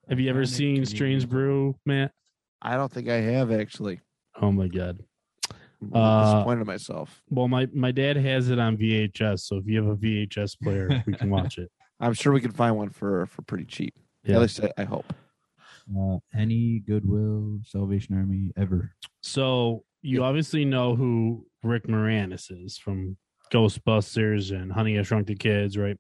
[SPEAKER 1] Have you ever
[SPEAKER 3] Iconic
[SPEAKER 1] seen Strange
[SPEAKER 3] Canadian-
[SPEAKER 1] Brew, Matt?
[SPEAKER 2] I don't think I have actually.
[SPEAKER 1] Oh my god.
[SPEAKER 2] I'm
[SPEAKER 1] Uh,
[SPEAKER 2] disappointed in myself.
[SPEAKER 1] Well, my my dad has it on VHS, so if you have a VHS player,
[SPEAKER 2] *laughs*
[SPEAKER 1] we can watch it.
[SPEAKER 2] I'm sure we can find one for for pretty cheap.
[SPEAKER 1] Yeah.
[SPEAKER 2] At least I, I hope.
[SPEAKER 3] Uh, any Goodwill, Salvation Army ever.
[SPEAKER 1] So you obviously know who Rick Moranis is from Ghostbusters and Honey I Shrunk the Kids, right?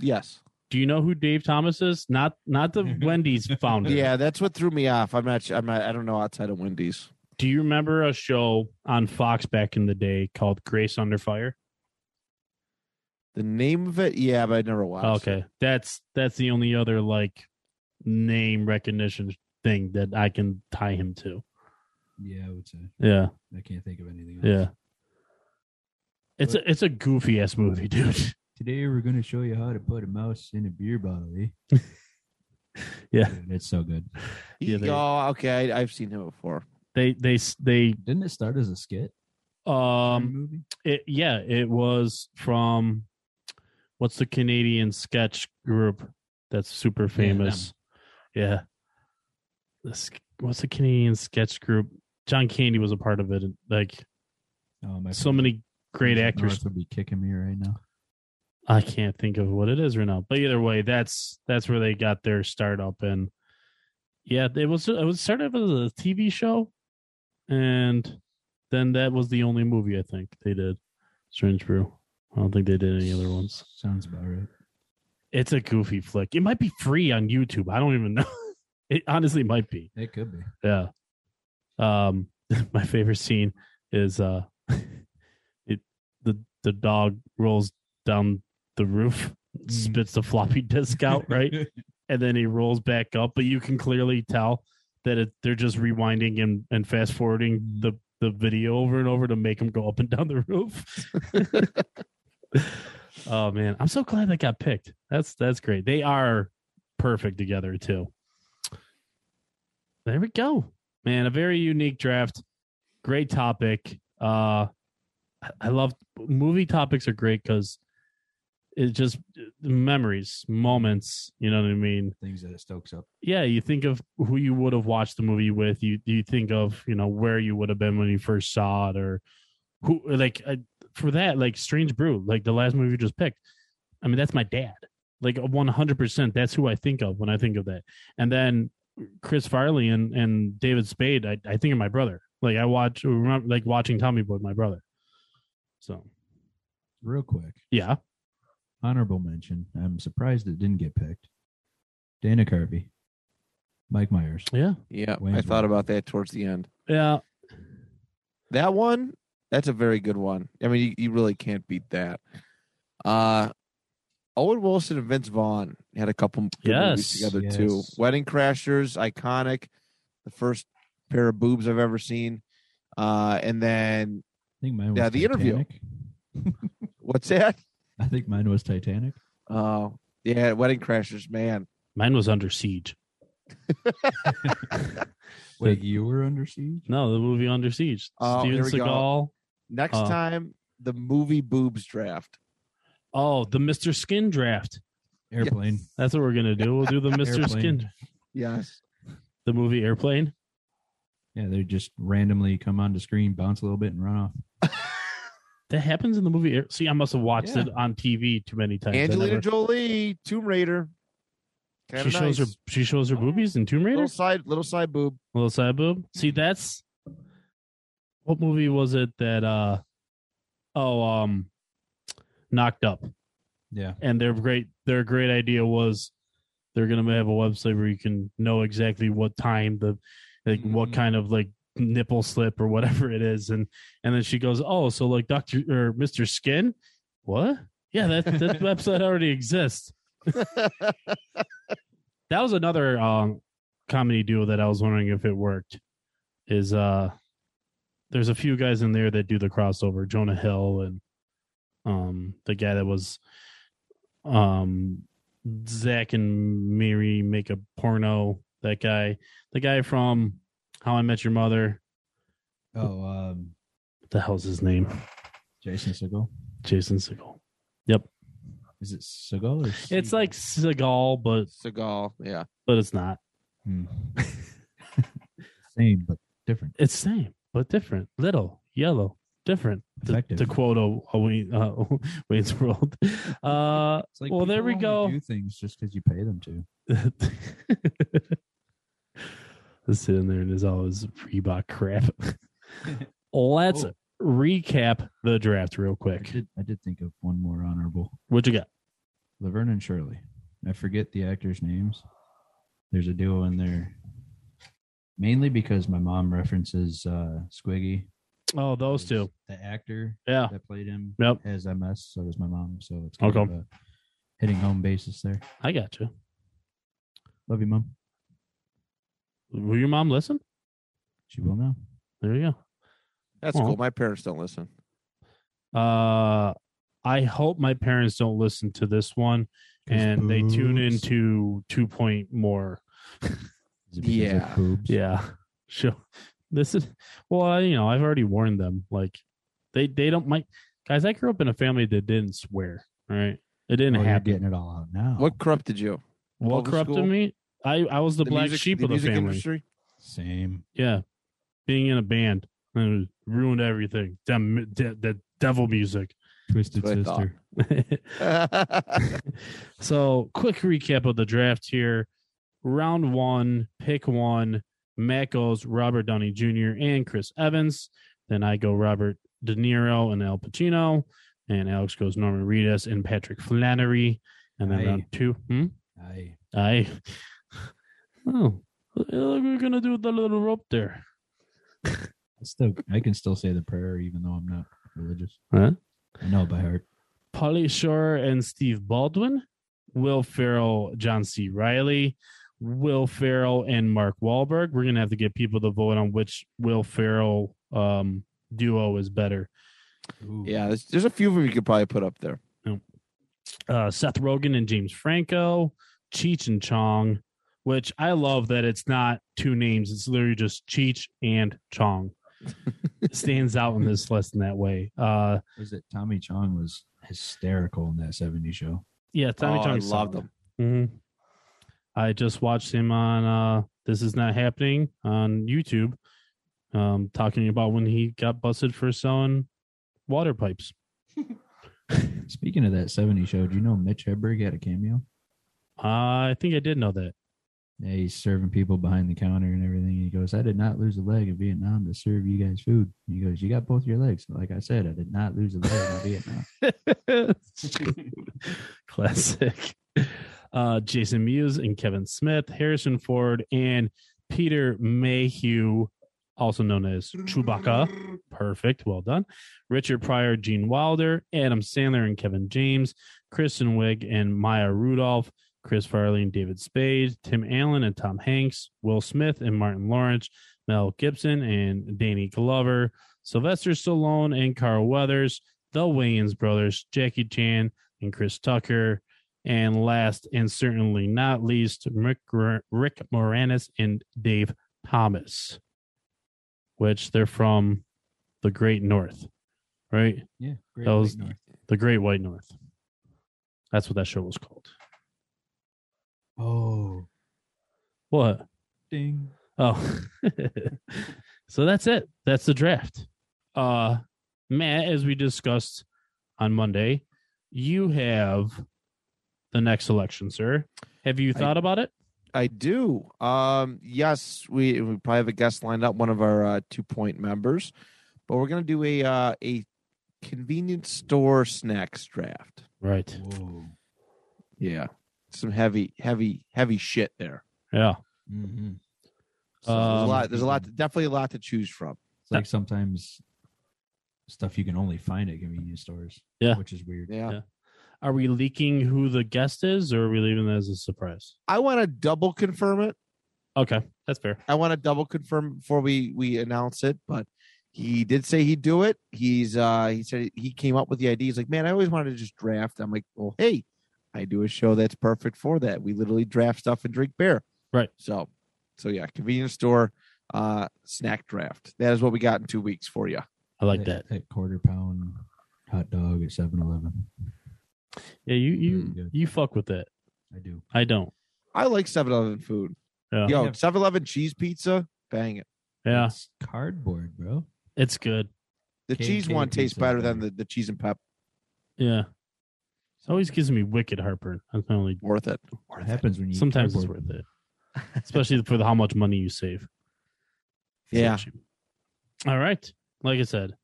[SPEAKER 2] Yes.
[SPEAKER 1] Do you know who Dave Thomas is? Not not the
[SPEAKER 2] *laughs*
[SPEAKER 1] Wendy's founder.
[SPEAKER 2] Yeah, that's what threw me off. I'm not su- I'm not I don't know outside of Wendy's.
[SPEAKER 1] Do you remember a show on Fox back in the day called Grace Under Fire?
[SPEAKER 2] The name of it, yeah, but I never watched. it.
[SPEAKER 1] Okay. That's that's the only other like name recognition thing that I can tie him to.
[SPEAKER 3] Yeah, I would say.
[SPEAKER 1] Yeah.
[SPEAKER 3] I can't think of anything else.
[SPEAKER 1] Yeah. It's a it's a goofy ass movie, *laughs* dude.
[SPEAKER 3] Today we're going to show you how to put a mouse in a beer bottle. Eh?
[SPEAKER 1] *laughs* Yeah.
[SPEAKER 3] Dude, it's so good.
[SPEAKER 1] Yeah, they-
[SPEAKER 2] oh, okay. I, I've seen him before.
[SPEAKER 1] They they s- they
[SPEAKER 3] Didn't it start as a skit?
[SPEAKER 1] um
[SPEAKER 3] movie?
[SPEAKER 1] it yeah, it was from what's the Canadian sketch group that's super famous? Yeah. This what's the Canadian sketch group? John Candy was a part of it. and, Like
[SPEAKER 3] Oh, my
[SPEAKER 1] so many great
[SPEAKER 3] friends up
[SPEAKER 1] actors.
[SPEAKER 3] north would be kicking me right now.
[SPEAKER 1] I can't think of what it is right now. But either way, that's that's where they got their start up and yeah, it was it was started as a TV show and then that was the only movie I think they did. Strange Brew. I don't think they did any other ones.
[SPEAKER 3] Sounds about right.
[SPEAKER 1] It's a goofy flick. It might be free on YouTube. I don't even know. *laughs* It honestly might be.
[SPEAKER 3] It could be.
[SPEAKER 1] Yeah. Um, *laughs* my favorite scene *laughs* is uh, it the the dog rolls down the roof, spits the floppy disk
[SPEAKER 3] *laughs*
[SPEAKER 1] out, right? and then he rolls back up, but you can clearly tell that it, they're just rewinding and, and fast forwarding the, the video over and over to make him go up and down the roof. *laughs* oh man, I'm so glad that got picked. That's that's great. They are perfect together too. There we go. Man, a very unique draft. Great topic. Uh I- I love movie topics are great because it's just memories, moments, you know what I mean?
[SPEAKER 3] Things that it stokes up.
[SPEAKER 1] yeah, you think of who you would have watched the movie with. You you think of you know where you would have been when you first saw it, or who like I, for that like Strange Brew, like the last movie you just picked. I mean, that's my dad. Like one hundred percent, that's who I think of when I think of that. And then Chris Farley and and David Spade, I, I think of my brother. Like I watch remember like watching Tommy Boy, with my brother. So
[SPEAKER 3] Real quick,
[SPEAKER 1] yeah,
[SPEAKER 3] honorable mention. I'm surprised it didn't get picked. Dana Carvey, Mike Myers.
[SPEAKER 1] yeah,
[SPEAKER 2] Yeah, I
[SPEAKER 3] Wayne's
[SPEAKER 2] thought
[SPEAKER 3] World.
[SPEAKER 2] about that towards the end.
[SPEAKER 1] yeah.
[SPEAKER 2] That one, that's a very good one. I mean, you, you really can't beat that. Uh Owen Wilson and Vince Vaughn had a couple good movies
[SPEAKER 1] Yes.
[SPEAKER 2] together too.
[SPEAKER 3] Yes.
[SPEAKER 2] Wedding Crashers, iconic, the first pair of boobs I've ever seen. Uh, and then
[SPEAKER 3] I think mine was
[SPEAKER 2] Yeah, The Interview.
[SPEAKER 3] Titanic.
[SPEAKER 2] what's that? *laughs*
[SPEAKER 3] I think mine was Titanic.
[SPEAKER 2] Oh, yeah, Wedding Crashers, man.
[SPEAKER 1] Mine was Under Siege.
[SPEAKER 3] Wait, you were under siege?
[SPEAKER 1] No, the movie Under Siege.
[SPEAKER 2] Oh,
[SPEAKER 1] Steven
[SPEAKER 2] here we go.
[SPEAKER 1] Seagal.
[SPEAKER 2] Next
[SPEAKER 1] Uh.
[SPEAKER 2] time, the movie boobs draft.
[SPEAKER 1] Oh, the Mr. Skin draft.
[SPEAKER 3] Airplane.
[SPEAKER 1] That's what we're gonna do. We'll do the Mr.
[SPEAKER 3] Airplane.
[SPEAKER 1] Skin,
[SPEAKER 2] Yes.
[SPEAKER 1] the movie Airplane.
[SPEAKER 3] Yeah, they just randomly come onto screen, bounce a little bit, and run off.
[SPEAKER 1] That happens in the movie. Air- See, I must have watched
[SPEAKER 3] Yeah.
[SPEAKER 1] it on TV too many times. I
[SPEAKER 2] Angelina
[SPEAKER 1] never-
[SPEAKER 2] Jolie, Tomb Raider. Kinda
[SPEAKER 1] she shows
[SPEAKER 2] nice.
[SPEAKER 1] her she shows her boobies in Tomb Raider.
[SPEAKER 2] little
[SPEAKER 1] Little,
[SPEAKER 2] side little side boob.
[SPEAKER 1] side boob. See, that's what movie was it that? uh Oh, um, Knocked Up.
[SPEAKER 3] Yeah.
[SPEAKER 1] And their great their great idea was they're gonna have a website where you can know exactly what time the like what
[SPEAKER 2] Mhm.
[SPEAKER 1] kind of like nipple slip or whatever it is and and then she goes oh so like dr or mr skin what yeah that that website already exists that was another um comedy duo that i was wondering if it worked is uh there's a few guys in there that do the crossover jonah hill and um the guy that was um zach and mary make a porno that guy the guy from how i met your mother
[SPEAKER 3] Oh, um,
[SPEAKER 1] what the hell's his name
[SPEAKER 3] Jason Segal.
[SPEAKER 1] jason Segel.
[SPEAKER 3] Is it Segal or
[SPEAKER 1] it's
[SPEAKER 3] Segel?
[SPEAKER 1] like Segal, but
[SPEAKER 2] Seagal, yeah.
[SPEAKER 1] but it's not
[SPEAKER 3] Hmm. *laughs* same but different.
[SPEAKER 1] it's same but different little yellow different to,
[SPEAKER 3] Effective.
[SPEAKER 1] to quote a, a Wayne, uh, *laughs* wayne's world *laughs* uh *laughs*
[SPEAKER 3] It's like
[SPEAKER 1] Well, there
[SPEAKER 3] people
[SPEAKER 1] we
[SPEAKER 3] only
[SPEAKER 1] go.
[SPEAKER 3] Do things just because you pay them to.
[SPEAKER 1] Just sitting there and there's always Reebok crap. Let's
[SPEAKER 3] Oh.
[SPEAKER 1] recap the draft real
[SPEAKER 3] I
[SPEAKER 1] quick.
[SPEAKER 3] did, I did think of one more honorable.
[SPEAKER 1] What you got?
[SPEAKER 3] Laverne and Shirley. I forget the actors' names. There's a duo in there. Mainly because my mom references uh, Squiggy.
[SPEAKER 1] Oh, those two.
[SPEAKER 3] The actor
[SPEAKER 1] Yeah.
[SPEAKER 3] that played him
[SPEAKER 1] Yep.
[SPEAKER 3] has MS, so does my mom. So it's kind
[SPEAKER 1] Okay.
[SPEAKER 3] of a hitting home basis there.
[SPEAKER 1] I got you.
[SPEAKER 3] Love you, mom.
[SPEAKER 1] Will your mom listen?
[SPEAKER 3] She will now.
[SPEAKER 1] There you
[SPEAKER 2] That's
[SPEAKER 1] Aw.
[SPEAKER 2] cool. My parents don't listen.
[SPEAKER 1] go. Uh I hope my parents don't listen to this one and they tune into two point more.
[SPEAKER 3] Is it because of
[SPEAKER 2] Yeah.
[SPEAKER 3] boobs?
[SPEAKER 1] Yeah. *laughs* Sure. This is well, I, you know, I've already warned them. Like they they don't my guys, I grew up in a family that didn't swear. All right. It didn't
[SPEAKER 3] Oh, you're
[SPEAKER 1] happen.
[SPEAKER 3] getting it all out now.
[SPEAKER 2] What corrupted you?
[SPEAKER 1] What
[SPEAKER 2] public
[SPEAKER 1] corrupted
[SPEAKER 2] school?
[SPEAKER 1] me? I, I was the, black
[SPEAKER 2] music-
[SPEAKER 1] sheep
[SPEAKER 2] the
[SPEAKER 1] of the
[SPEAKER 2] music
[SPEAKER 1] family.
[SPEAKER 2] industry. *laughs*
[SPEAKER 3] Same.
[SPEAKER 1] Yeah. Being in a band and it ruined everything. Dem, de, the devil music.
[SPEAKER 3] Twisted
[SPEAKER 2] That's what I thought.
[SPEAKER 3] sister.
[SPEAKER 1] *laughs* so, quick recap of the draft here. Round one, pick one. Matt goes Robert Downey Jr. and Chris Evans. Then I go Robert De Niro and Al Pacino. And Alex goes Norman Reedus and Patrick Flannery. And then
[SPEAKER 3] Aye.
[SPEAKER 1] round two. Hmm?
[SPEAKER 3] I
[SPEAKER 1] I. *laughs* Oh, look what we're going to do with the little rope there.
[SPEAKER 3] I still I can still say the prayer even though I'm not religious.
[SPEAKER 1] Huh?
[SPEAKER 3] I know it by heart.
[SPEAKER 1] Polly Shore and Steve Baldwin, Will Farrell, John C. Riley, Will Farrell and Mark Wahlberg. We're gonna have to get people to vote on which Will Farrell um, duo is better.
[SPEAKER 3] Ooh.
[SPEAKER 2] Yeah, there's, there's a few of them you could probably put up there.
[SPEAKER 1] uh, Seth Rogen and James Franco, Cheech and Chong, which I love that it's not two names. It's literally just Cheech and
[SPEAKER 2] *laughs*
[SPEAKER 1] Chong. Stands out in this list in that way. Uh,
[SPEAKER 3] Was it Tommy Chong was hysterical in that 70s show?
[SPEAKER 1] yeah, Tommy
[SPEAKER 2] Oh, I
[SPEAKER 1] Chong.
[SPEAKER 2] love them.
[SPEAKER 1] hmm I just watched him on uh, This Is Not Happening on YouTube, um, talking about when he got busted for selling water pipes.
[SPEAKER 3] Speaking of that 70s show, do you know Mitch Hedberg had a cameo?
[SPEAKER 1] Uh, I think I did know that.
[SPEAKER 3] Yeah, he's serving people behind the counter and everything. He goes, I did not lose a leg in Vietnam to serve you guys food. He goes, You got both your legs. Like I said, I did not lose a leg in *laughs* Vietnam.
[SPEAKER 1] *laughs* Classic. Uh, Jason Mewes and Kevin Smith, Harrison Ford, and Peter Mayhew, also known as Chewbacca. Perfect. Well done. Richard Pryor, Gene Wilder, Adam Sandler, and Kevin James, Kristen Wiig and Maya Rudolph, Chris Farley and David Spade, Tim Allen and Tom Hanks, Will Smith and Martin Lawrence, Mel Gibson and Danny Glover, Sylvester Stallone and Carl Weathers, the Wayans brothers, Jackie Chan and Chris Tucker, and last and certainly not least, Rick, Rick Moranis and Dave Thomas, which they're from the Great North, right?
[SPEAKER 3] Yeah, great.
[SPEAKER 1] That
[SPEAKER 3] White
[SPEAKER 1] was-
[SPEAKER 3] North.
[SPEAKER 1] The Great White North. That's what that show was called.
[SPEAKER 3] Oh,
[SPEAKER 1] What?
[SPEAKER 3] ding.
[SPEAKER 1] Oh. *laughs* so that's it. That's the draft. Uh Matt, as we discussed on Monday, you have the next election, sir. Have you
[SPEAKER 2] I-
[SPEAKER 1] thought about it?
[SPEAKER 2] I do. Um, yes, we we probably have a guest lined up, one of our uh, two point members, but we're gonna do a uh, a convenience store snacks draft.
[SPEAKER 1] Right.
[SPEAKER 3] Whoa.
[SPEAKER 2] Yeah, some heavy, heavy, heavy shit there.
[SPEAKER 1] Yeah.
[SPEAKER 3] Mm-hmm.
[SPEAKER 2] So there's
[SPEAKER 1] Um,
[SPEAKER 2] a lot. There's a lot. Definitely a lot to choose from.
[SPEAKER 3] It's like sometimes stuff you can only find at convenience stores.
[SPEAKER 1] Yeah.
[SPEAKER 3] Which is weird.
[SPEAKER 2] Yeah,
[SPEAKER 1] Yeah. Are we leaking who the guest is or are we leaving that as a surprise?
[SPEAKER 2] I want to double confirm it.
[SPEAKER 1] Okay. That's fair.
[SPEAKER 2] I want to double confirm before we we announce it, but he did say he'd do it. He's uh he said he came up with the idea. He's like, man, I always wanted to just draft. I'm like, well, hey, I do a show that's perfect for that. We literally draft stuff and drink beer.
[SPEAKER 1] Right.
[SPEAKER 2] So, so yeah, convenience store uh snack draft. That is what we got in two weeks for you.
[SPEAKER 1] I like that.
[SPEAKER 3] That quarter pound hot dog at 7 Eleven.
[SPEAKER 1] Yeah, you
[SPEAKER 3] Mm,
[SPEAKER 1] you
[SPEAKER 3] good.
[SPEAKER 1] you fuck with that.
[SPEAKER 3] I do.
[SPEAKER 1] I don't.
[SPEAKER 2] I like 7-Eleven food.
[SPEAKER 1] Yeah.
[SPEAKER 2] Yo,
[SPEAKER 3] Yeah.
[SPEAKER 2] 7-Eleven cheese pizza, bang it.
[SPEAKER 1] Yeah.
[SPEAKER 3] It's cardboard, bro.
[SPEAKER 1] It's good.
[SPEAKER 2] The
[SPEAKER 3] Cajun
[SPEAKER 2] cheese one
[SPEAKER 3] pizza
[SPEAKER 2] tastes
[SPEAKER 3] is
[SPEAKER 2] better than
[SPEAKER 3] better.
[SPEAKER 2] the, the cheese and pep.
[SPEAKER 1] Yeah. It always gives me wicked heartburn. That's my only
[SPEAKER 2] Worth it.
[SPEAKER 3] What happens when you eat
[SPEAKER 1] Sometimes it's
[SPEAKER 3] cardboard?
[SPEAKER 1] worth it, *laughs* especially for the, how much money you save. It's
[SPEAKER 2] Yeah.
[SPEAKER 1] not cheap. All right. Like I said,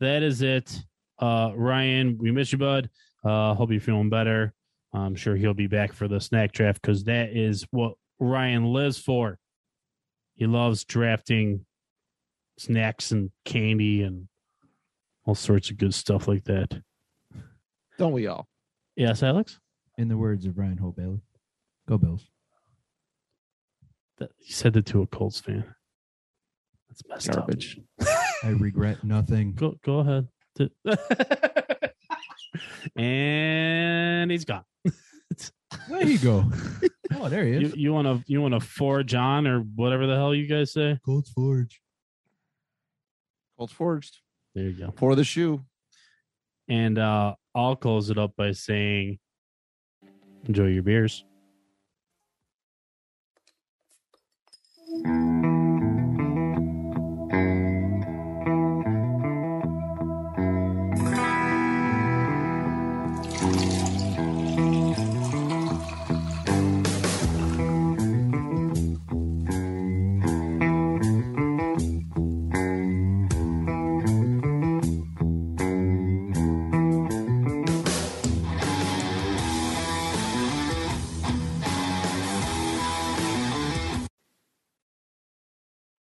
[SPEAKER 1] that is it. Uh, Ryan, we miss you, bud. Uh, hope you're feeling better. I'm sure he'll be back for the snack draft because that is what Ryan lives for. He loves drafting snacks and candy and all sorts of good stuff like that.
[SPEAKER 2] Don't we all?
[SPEAKER 1] Yes, Alex?
[SPEAKER 3] In the words of Ryan Holt Bailey, go Bills.
[SPEAKER 1] That, he said that to a Colts fan. That's messed
[SPEAKER 2] Garbage.
[SPEAKER 1] up.
[SPEAKER 3] I regret nothing.
[SPEAKER 1] Go go ahead. *laughs* and he's gone.
[SPEAKER 3] There you go.
[SPEAKER 1] *laughs*
[SPEAKER 3] Oh, there he
[SPEAKER 1] You,
[SPEAKER 3] is.
[SPEAKER 1] you want to you want to four John or whatever the hell you guys say.
[SPEAKER 3] Colts Forge.
[SPEAKER 2] Colts forged.
[SPEAKER 1] There you go.
[SPEAKER 2] For the shoe.
[SPEAKER 1] And uh, I'll close it up by saying, enjoy your beers.
[SPEAKER 4] Thank